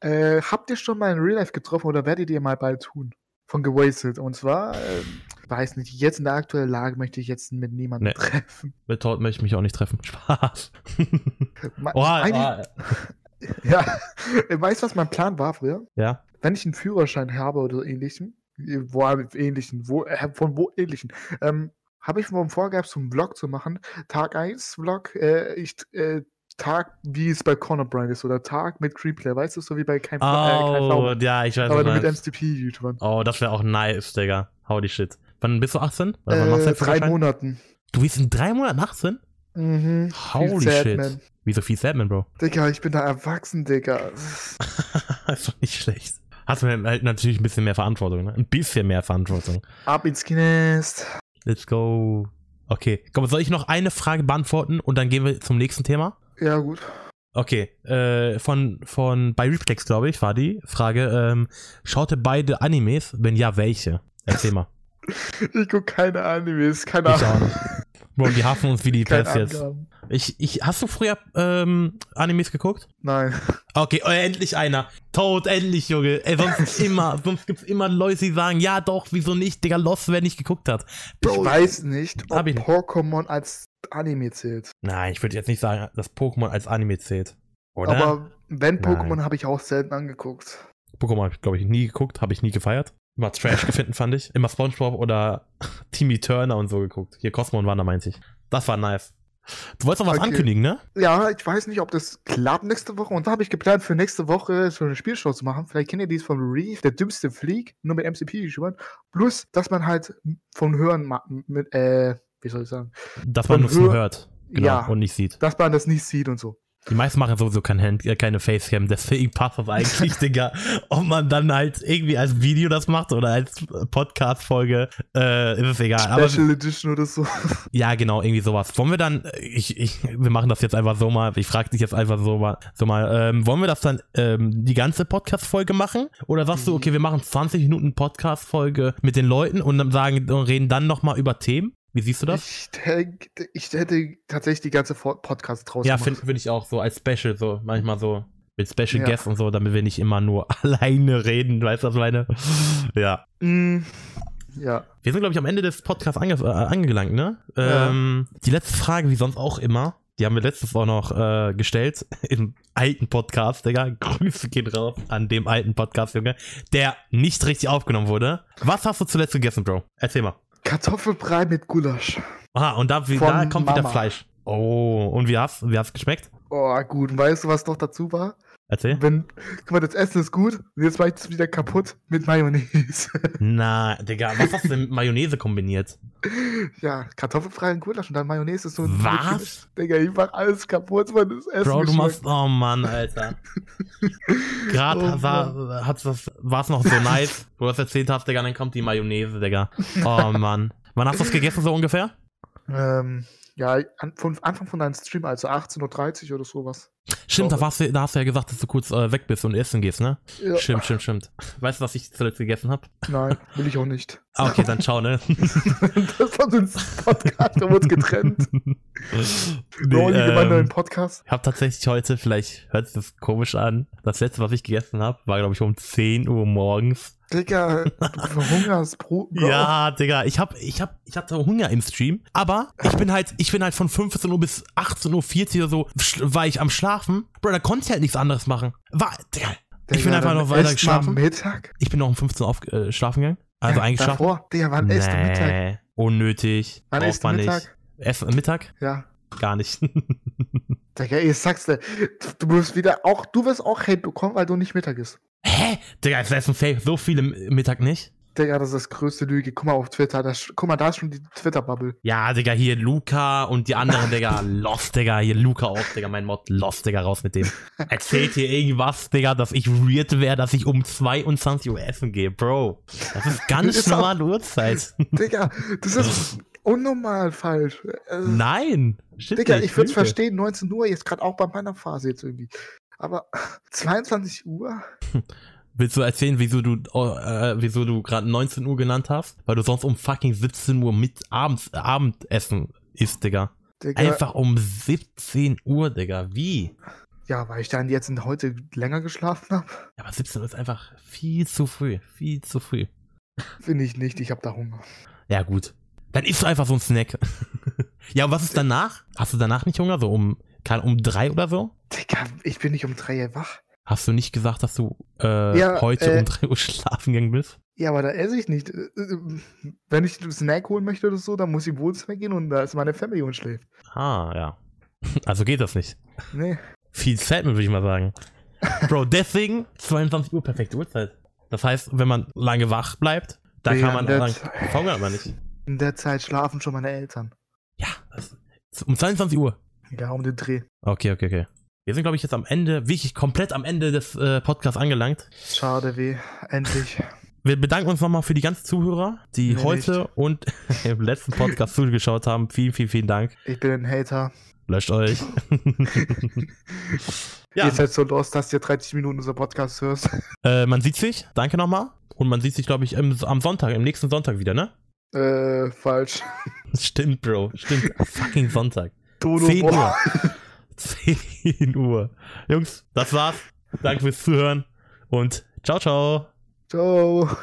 [SPEAKER 1] äh, habt ihr schon mal in Real Life getroffen oder werdet ihr mal bald tun? Von gewastet. Und zwar, ähm, weiß nicht, jetzt in der aktuellen Lage möchte ich jetzt mit niemandem
[SPEAKER 2] Nee.
[SPEAKER 1] treffen.
[SPEAKER 2] Mit Todd möchte ich mich auch nicht treffen. *laughs* Spaß. Oh,
[SPEAKER 1] Ma-
[SPEAKER 2] Oha,
[SPEAKER 1] eigentlich-
[SPEAKER 2] oha.
[SPEAKER 1] Ja, *laughs* weißt du, was mein Plan war früher?
[SPEAKER 2] Ja.
[SPEAKER 1] wenn ich einen Führerschein habe oder ähnlichem, äh, wo habe ich ähnlichen, wo, äh, von wo ähnlichen, ähm, habe ich mal vorgehabt, so einen Vlog zu machen. Tag 1 Vlog, äh, ich, äh, Tag, wie es bei Conor Bryan ist, oder Tag mit Creeplay, weißt du, so wie bei kein äh, kein
[SPEAKER 2] Oh,
[SPEAKER 1] Pflaumen,
[SPEAKER 2] ja, ich weiß
[SPEAKER 1] aber
[SPEAKER 2] was
[SPEAKER 1] nur
[SPEAKER 2] du
[SPEAKER 1] mit
[SPEAKER 2] meinst.
[SPEAKER 1] MCP-YouTubern.
[SPEAKER 2] Oh, das wäre auch nice, Digga. Howdy shit. Wann bist du 18? Oder wann machst du
[SPEAKER 1] Äh,
[SPEAKER 2] deinen
[SPEAKER 1] drei
[SPEAKER 2] Führerschein?
[SPEAKER 1] Monaten.
[SPEAKER 2] Du bist in drei Monaten 18?
[SPEAKER 1] Mhm. Viel
[SPEAKER 2] Holy
[SPEAKER 1] sad,
[SPEAKER 2] shit.
[SPEAKER 1] man.
[SPEAKER 2] Wieso viel Sadman,
[SPEAKER 1] *laughs*
[SPEAKER 2] Bro?
[SPEAKER 1] Digga, ich bin da erwachsen, Digga.
[SPEAKER 2] ist doch nicht schlecht. Hast du halt natürlich ein bisschen mehr Verantwortung, ne? Ein bisschen mehr Verantwortung.
[SPEAKER 1] Ab ins Knast.
[SPEAKER 2] Let's go. Okay, komm, soll ich noch eine Frage beantworten und dann gehen wir zum nächsten Thema?
[SPEAKER 1] Ja, gut.
[SPEAKER 2] Okay, äh, von, von bei Reflex, glaube ich, war die Frage. Ähm, schaut ihr beide Animes? Wenn ja, welche?
[SPEAKER 1] *laughs*
[SPEAKER 2] Erzähl mal.
[SPEAKER 1] Ich guck keine Animes, keine
[SPEAKER 2] Ich auch
[SPEAKER 1] Ahnung.
[SPEAKER 2] nicht. Bro, die hafen uns wie die
[SPEAKER 1] Keine
[SPEAKER 2] Pest jetzt.
[SPEAKER 1] Angaben.
[SPEAKER 2] Ich, ich, hast du früher ähm, Animes geguckt?
[SPEAKER 1] Nein.
[SPEAKER 2] Okay, oh, endlich einer. Tod, endlich, Junge. Ey,
[SPEAKER 1] *laughs*
[SPEAKER 2] sonst immer, sonst gibt's immer Leute, die sagen, ja doch, wieso nicht, Digga, Lost, wer nicht geguckt hat.
[SPEAKER 1] ich weiß nicht, ob
[SPEAKER 2] Hab ich nicht.
[SPEAKER 1] Pokémon als Anime zählt.
[SPEAKER 2] Nein, ich würde jetzt nicht sagen, dass Pokémon als Anime zählt. Oder?
[SPEAKER 1] Aber wenn
[SPEAKER 2] Nein.
[SPEAKER 1] Pokémon habe ich auch selten angeguckt.
[SPEAKER 2] Pokémon habe ich, glaube ich, nie geguckt, habe ich nie gefeiert. Immer
[SPEAKER 1] *laughs*
[SPEAKER 2] Trash gefunden, fand ich. Immer Spongebob oder *laughs* Timmy Turner und so geguckt. Hier Cosmo und Wanda meinte ich. Das war nice. Du wolltest noch was
[SPEAKER 1] Okay.
[SPEAKER 2] ankündigen, ne?
[SPEAKER 1] Ja, ich weiß nicht, ob das klappt nächste Woche. Und da habe ich geplant, für nächste Woche so eine Spielshow zu machen. Vielleicht kennt ihr dies von Reef, der dümmste Flieg, nur mit MCP-YouTubern. Plus, dass man halt vom Hören ma- mit, äh, wie soll ich sagen,
[SPEAKER 2] Dass man
[SPEAKER 1] Von
[SPEAKER 2] es nur
[SPEAKER 1] Hö-
[SPEAKER 2] hört. Genau.
[SPEAKER 1] Ja.
[SPEAKER 2] Und nicht sieht.
[SPEAKER 1] dass man das nicht sieht und so.
[SPEAKER 2] Die meisten machen sowieso kein Hand, äh, keine Facecam. Deswegen passt das eigentlich, Digga. Ob man dann halt irgendwie als Video das macht oder als Podcast-Folge, äh, ist es egal. Aber
[SPEAKER 1] Special Edition oder so.
[SPEAKER 2] Ja, genau, irgendwie sowas. Wollen wir dann, äh, ich, ich, wir machen das jetzt einfach so mal, ich frage dich jetzt einfach so mal, so mal ähm, wollen wir das dann ähm, die ganze Podcast-Folge machen? Oder sagst du, okay, wir machen 20 Minuten Podcast-Folge mit den Leuten und dann sagen, und reden dann nochmal über Themen? Wie siehst du das?
[SPEAKER 1] Ich, denk, ich hätte tatsächlich die ganze Fo- Podcast draus
[SPEAKER 2] ja,
[SPEAKER 1] gemacht.
[SPEAKER 2] finde find ich auch so als Special, so manchmal so mit Special
[SPEAKER 1] Ja.
[SPEAKER 2] Guests und so, damit wir nicht immer nur *laughs* alleine reden, weißt du, was ich meine? ja.
[SPEAKER 1] Mm, ja.
[SPEAKER 2] Wir sind, glaube ich, am Ende des Podcasts ange äh, angelangt, ne?
[SPEAKER 1] Ja.
[SPEAKER 2] Ähm, die letzte Frage, wie sonst auch immer, die haben wir letztes auch noch äh, gestellt *laughs* im alten Podcast, Digga. *laughs* Grüße gehen raus an dem alten Podcast, Junge, der nicht richtig aufgenommen wurde. Was hast du zuletzt gegessen, Bro? Erzähl mal.
[SPEAKER 1] Kartoffelbrei mit Gulasch.
[SPEAKER 2] Aha, und da, wie,
[SPEAKER 1] Von
[SPEAKER 2] da kommt wieder
[SPEAKER 1] Mama.
[SPEAKER 2] Fleisch. Oh, und wie hast wie hat's geschmeckt?
[SPEAKER 1] Oh, gut. Und weißt du, was noch dazu war?
[SPEAKER 2] Erzähl.
[SPEAKER 1] Wenn, guck mal, das Essen ist gut und jetzt mache ich das wieder kaputt mit Mayonnaise. *laughs*
[SPEAKER 2] Na, Digga, was hast du denn mit Mayonnaise kombiniert?
[SPEAKER 1] ja, Kartoffelfrei und Gulasch und dann Mayonnaise ist *laughs* so. ein-
[SPEAKER 2] Was?
[SPEAKER 1] Digga, ich mach alles kaputt, weil das Essen
[SPEAKER 2] Bro, du
[SPEAKER 1] geschmeckt.
[SPEAKER 2] machst. Oh Mann, Alter.
[SPEAKER 1] *laughs*
[SPEAKER 2] Gerade
[SPEAKER 1] Oh
[SPEAKER 2] war, hat's das, war's noch so nice, wo du das erzählt hast, Digga, dann kommt die Mayonnaise, Digga. Oh Mann. Wann hast du das gegessen, so ungefähr?
[SPEAKER 1] Ähm, ja, an, von, Anfang von deinem Stream, also 18.30 Uhr oder sowas.
[SPEAKER 2] Stimmt, da, warst du, da hast du ja gesagt, dass du kurz äh, weg bist und essen gehst, ne?
[SPEAKER 1] Ja,
[SPEAKER 2] Stimmt, stimmt, stimmt. Weißt du, was ich zuletzt gegessen habe?
[SPEAKER 1] nein, will ich auch
[SPEAKER 2] *laughs*
[SPEAKER 1] nicht.
[SPEAKER 2] Okay, dann ciao,
[SPEAKER 1] *laughs*
[SPEAKER 2] ne?
[SPEAKER 1] Das war so ein Podcast, da wurde
[SPEAKER 2] *laughs*
[SPEAKER 1] getrennt.
[SPEAKER 2] nee,
[SPEAKER 1] Wir holen ähm,
[SPEAKER 2] ähm,
[SPEAKER 1] neuen Podcast.
[SPEAKER 2] ich habe tatsächlich heute, vielleicht hört sich das komisch an, das letzte, was ich gegessen habe, war, glaube ich, um 10 Uhr morgens
[SPEAKER 1] Digga, du verhungerst, Bruder.
[SPEAKER 2] Ja, Digga, ich hab, ich hab, ich hatte Hunger im Stream, aber ich bin halt, ich bin halt von 15 Uhr bis 18.40 Uhr oder so, sch- war ich am Schlafen. Bro, da konnte ich halt nichts anderes machen. War, Digga, ich bin einfach noch weiter geschlafen.
[SPEAKER 1] Mittag?
[SPEAKER 2] Ich bin noch um 15 Uhr auf, äh, schlafen gegangen. Also eigentlich schlafen.
[SPEAKER 1] Davor, Digga, wann isst du Mittag?
[SPEAKER 2] Nee, Unnötig.
[SPEAKER 1] Wann
[SPEAKER 2] Braucht
[SPEAKER 1] isst du
[SPEAKER 2] man nicht.
[SPEAKER 1] Mittag?
[SPEAKER 2] Essen Mittag?
[SPEAKER 1] Ja.
[SPEAKER 2] Gar nicht. *laughs*
[SPEAKER 1] Digga, ich sag's dir. Du wirst wieder auch, du wirst auch Hate bekommen, weil du nicht Mittag isst.
[SPEAKER 2] Hä? Digga, es essen safe so viele M- Mittag nicht.
[SPEAKER 1] Digga, das ist das größte Lüge. Guck mal auf Twitter. Das, guck mal, da ist schon die
[SPEAKER 2] *laughs*
[SPEAKER 1] Twitter-Bubble.
[SPEAKER 2] Ja, Digga, hier Luca und die
[SPEAKER 1] *laughs*
[SPEAKER 2] anderen, Digga, Lost, Digga, hier Luca auch, Digga, mein Mod, Lost, Digga, raus mit dem. Erzählt hier irgendwas, Digga, dass ich weird wäre, dass ich um 22 Uhr essen gehe, Bro.
[SPEAKER 1] *laughs*
[SPEAKER 2] Das ist ganz
[SPEAKER 1] Ist auch-
[SPEAKER 2] normale
[SPEAKER 1] *laughs*
[SPEAKER 2] Uhrzeit.
[SPEAKER 1] Digga, das ist unnormal falsch. Äh,
[SPEAKER 2] Nein. Shit,
[SPEAKER 1] Digga, ich würde
[SPEAKER 2] lüge.
[SPEAKER 1] verstehen, 19 Uhr, jetzt gerade auch bei meiner Phase jetzt irgendwie. Aber *laughs* 22 Uhr?
[SPEAKER 2] Willst du erzählen, wieso du, äh, wieso du gerade 19 Uhr genannt hast? Weil du sonst um fucking 17 Uhr mit abends, äh, Abendessen isst, Digga.
[SPEAKER 1] Digga,
[SPEAKER 2] Einfach um 17 Uhr, Digga. Wie?
[SPEAKER 1] Ja, weil ich dann jetzt in- heute länger geschlafen habe.
[SPEAKER 2] Ja, aber 17 Uhr ist einfach viel zu früh. Viel zu früh.
[SPEAKER 1] Finde ich nicht, ich habe da Hunger.
[SPEAKER 2] Ja, gut. Dann isst du einfach so
[SPEAKER 1] *laughs*
[SPEAKER 2] ein Snack. ja, und was ist danach? Hast du danach nicht Hunger? So um, keine- um drei oder so?
[SPEAKER 1] Digga, ich bin nicht um 3 Uhr wach.
[SPEAKER 2] Hast du nicht gesagt, dass du äh,
[SPEAKER 1] Ja,
[SPEAKER 2] heute
[SPEAKER 1] äh,
[SPEAKER 2] um drei Uhr *laughs* schlafen gegangen bist?
[SPEAKER 1] Ja, aber da esse ich nicht. Äh, äh, Wenn ich einen Snack holen möchte oder so, dann muss ich im Wohnzimmer gehen und da ist meine Family und schläft.
[SPEAKER 2] Ah, ja. *laughs* Also geht das nicht.
[SPEAKER 1] Nee.
[SPEAKER 2] Viel Statement, würde ich
[SPEAKER 1] *laughs*
[SPEAKER 2] mal sagen. Bro, deswegen 22 Uhr perfekte Uhrzeit. Das heißt, wenn man lange wach bleibt, da
[SPEAKER 1] Ja,
[SPEAKER 2] kann man
[SPEAKER 1] das-
[SPEAKER 2] dann verhungert man nicht.
[SPEAKER 1] In der Zeit schlafen schon meine Eltern.
[SPEAKER 2] Ja, das, um 22 Uhr.
[SPEAKER 1] Ja, um den Dreh.
[SPEAKER 2] Okay, okay, okay. Wir sind, glaube ich, jetzt am Ende, wirklich komplett am Ende des äh, Podcasts angelangt.
[SPEAKER 1] Schade weh. Endlich.
[SPEAKER 2] Wir bedanken uns nochmal für die ganzen Zuhörer, die
[SPEAKER 1] Nee,
[SPEAKER 2] heute und *laughs* im letzten Podcast zugeschaut haben. Vielen, vielen, vielen Dank.
[SPEAKER 1] Ich bin ein Hater.
[SPEAKER 2] Löscht euch. ja,
[SPEAKER 1] Ihr seid so los, dass ihr 30 Minuten unser Podcast hörst.
[SPEAKER 2] äh, man sieht sich. Danke nochmal. Und man sieht sich, glaube ich, im, am Sonntag, im nächsten Sonntag wieder, ne? *laughs*
[SPEAKER 1] Äh, falsch.
[SPEAKER 2] Stimmt, Bro. Stimmt. Fucking Sonntag.
[SPEAKER 1] Dodo
[SPEAKER 2] 10
[SPEAKER 1] Boy.
[SPEAKER 2] Uhr. *laughs* 10 Uhr. Jungs, das war's. Danke fürs Zuhören und ciao, ciao.
[SPEAKER 1] Ciao.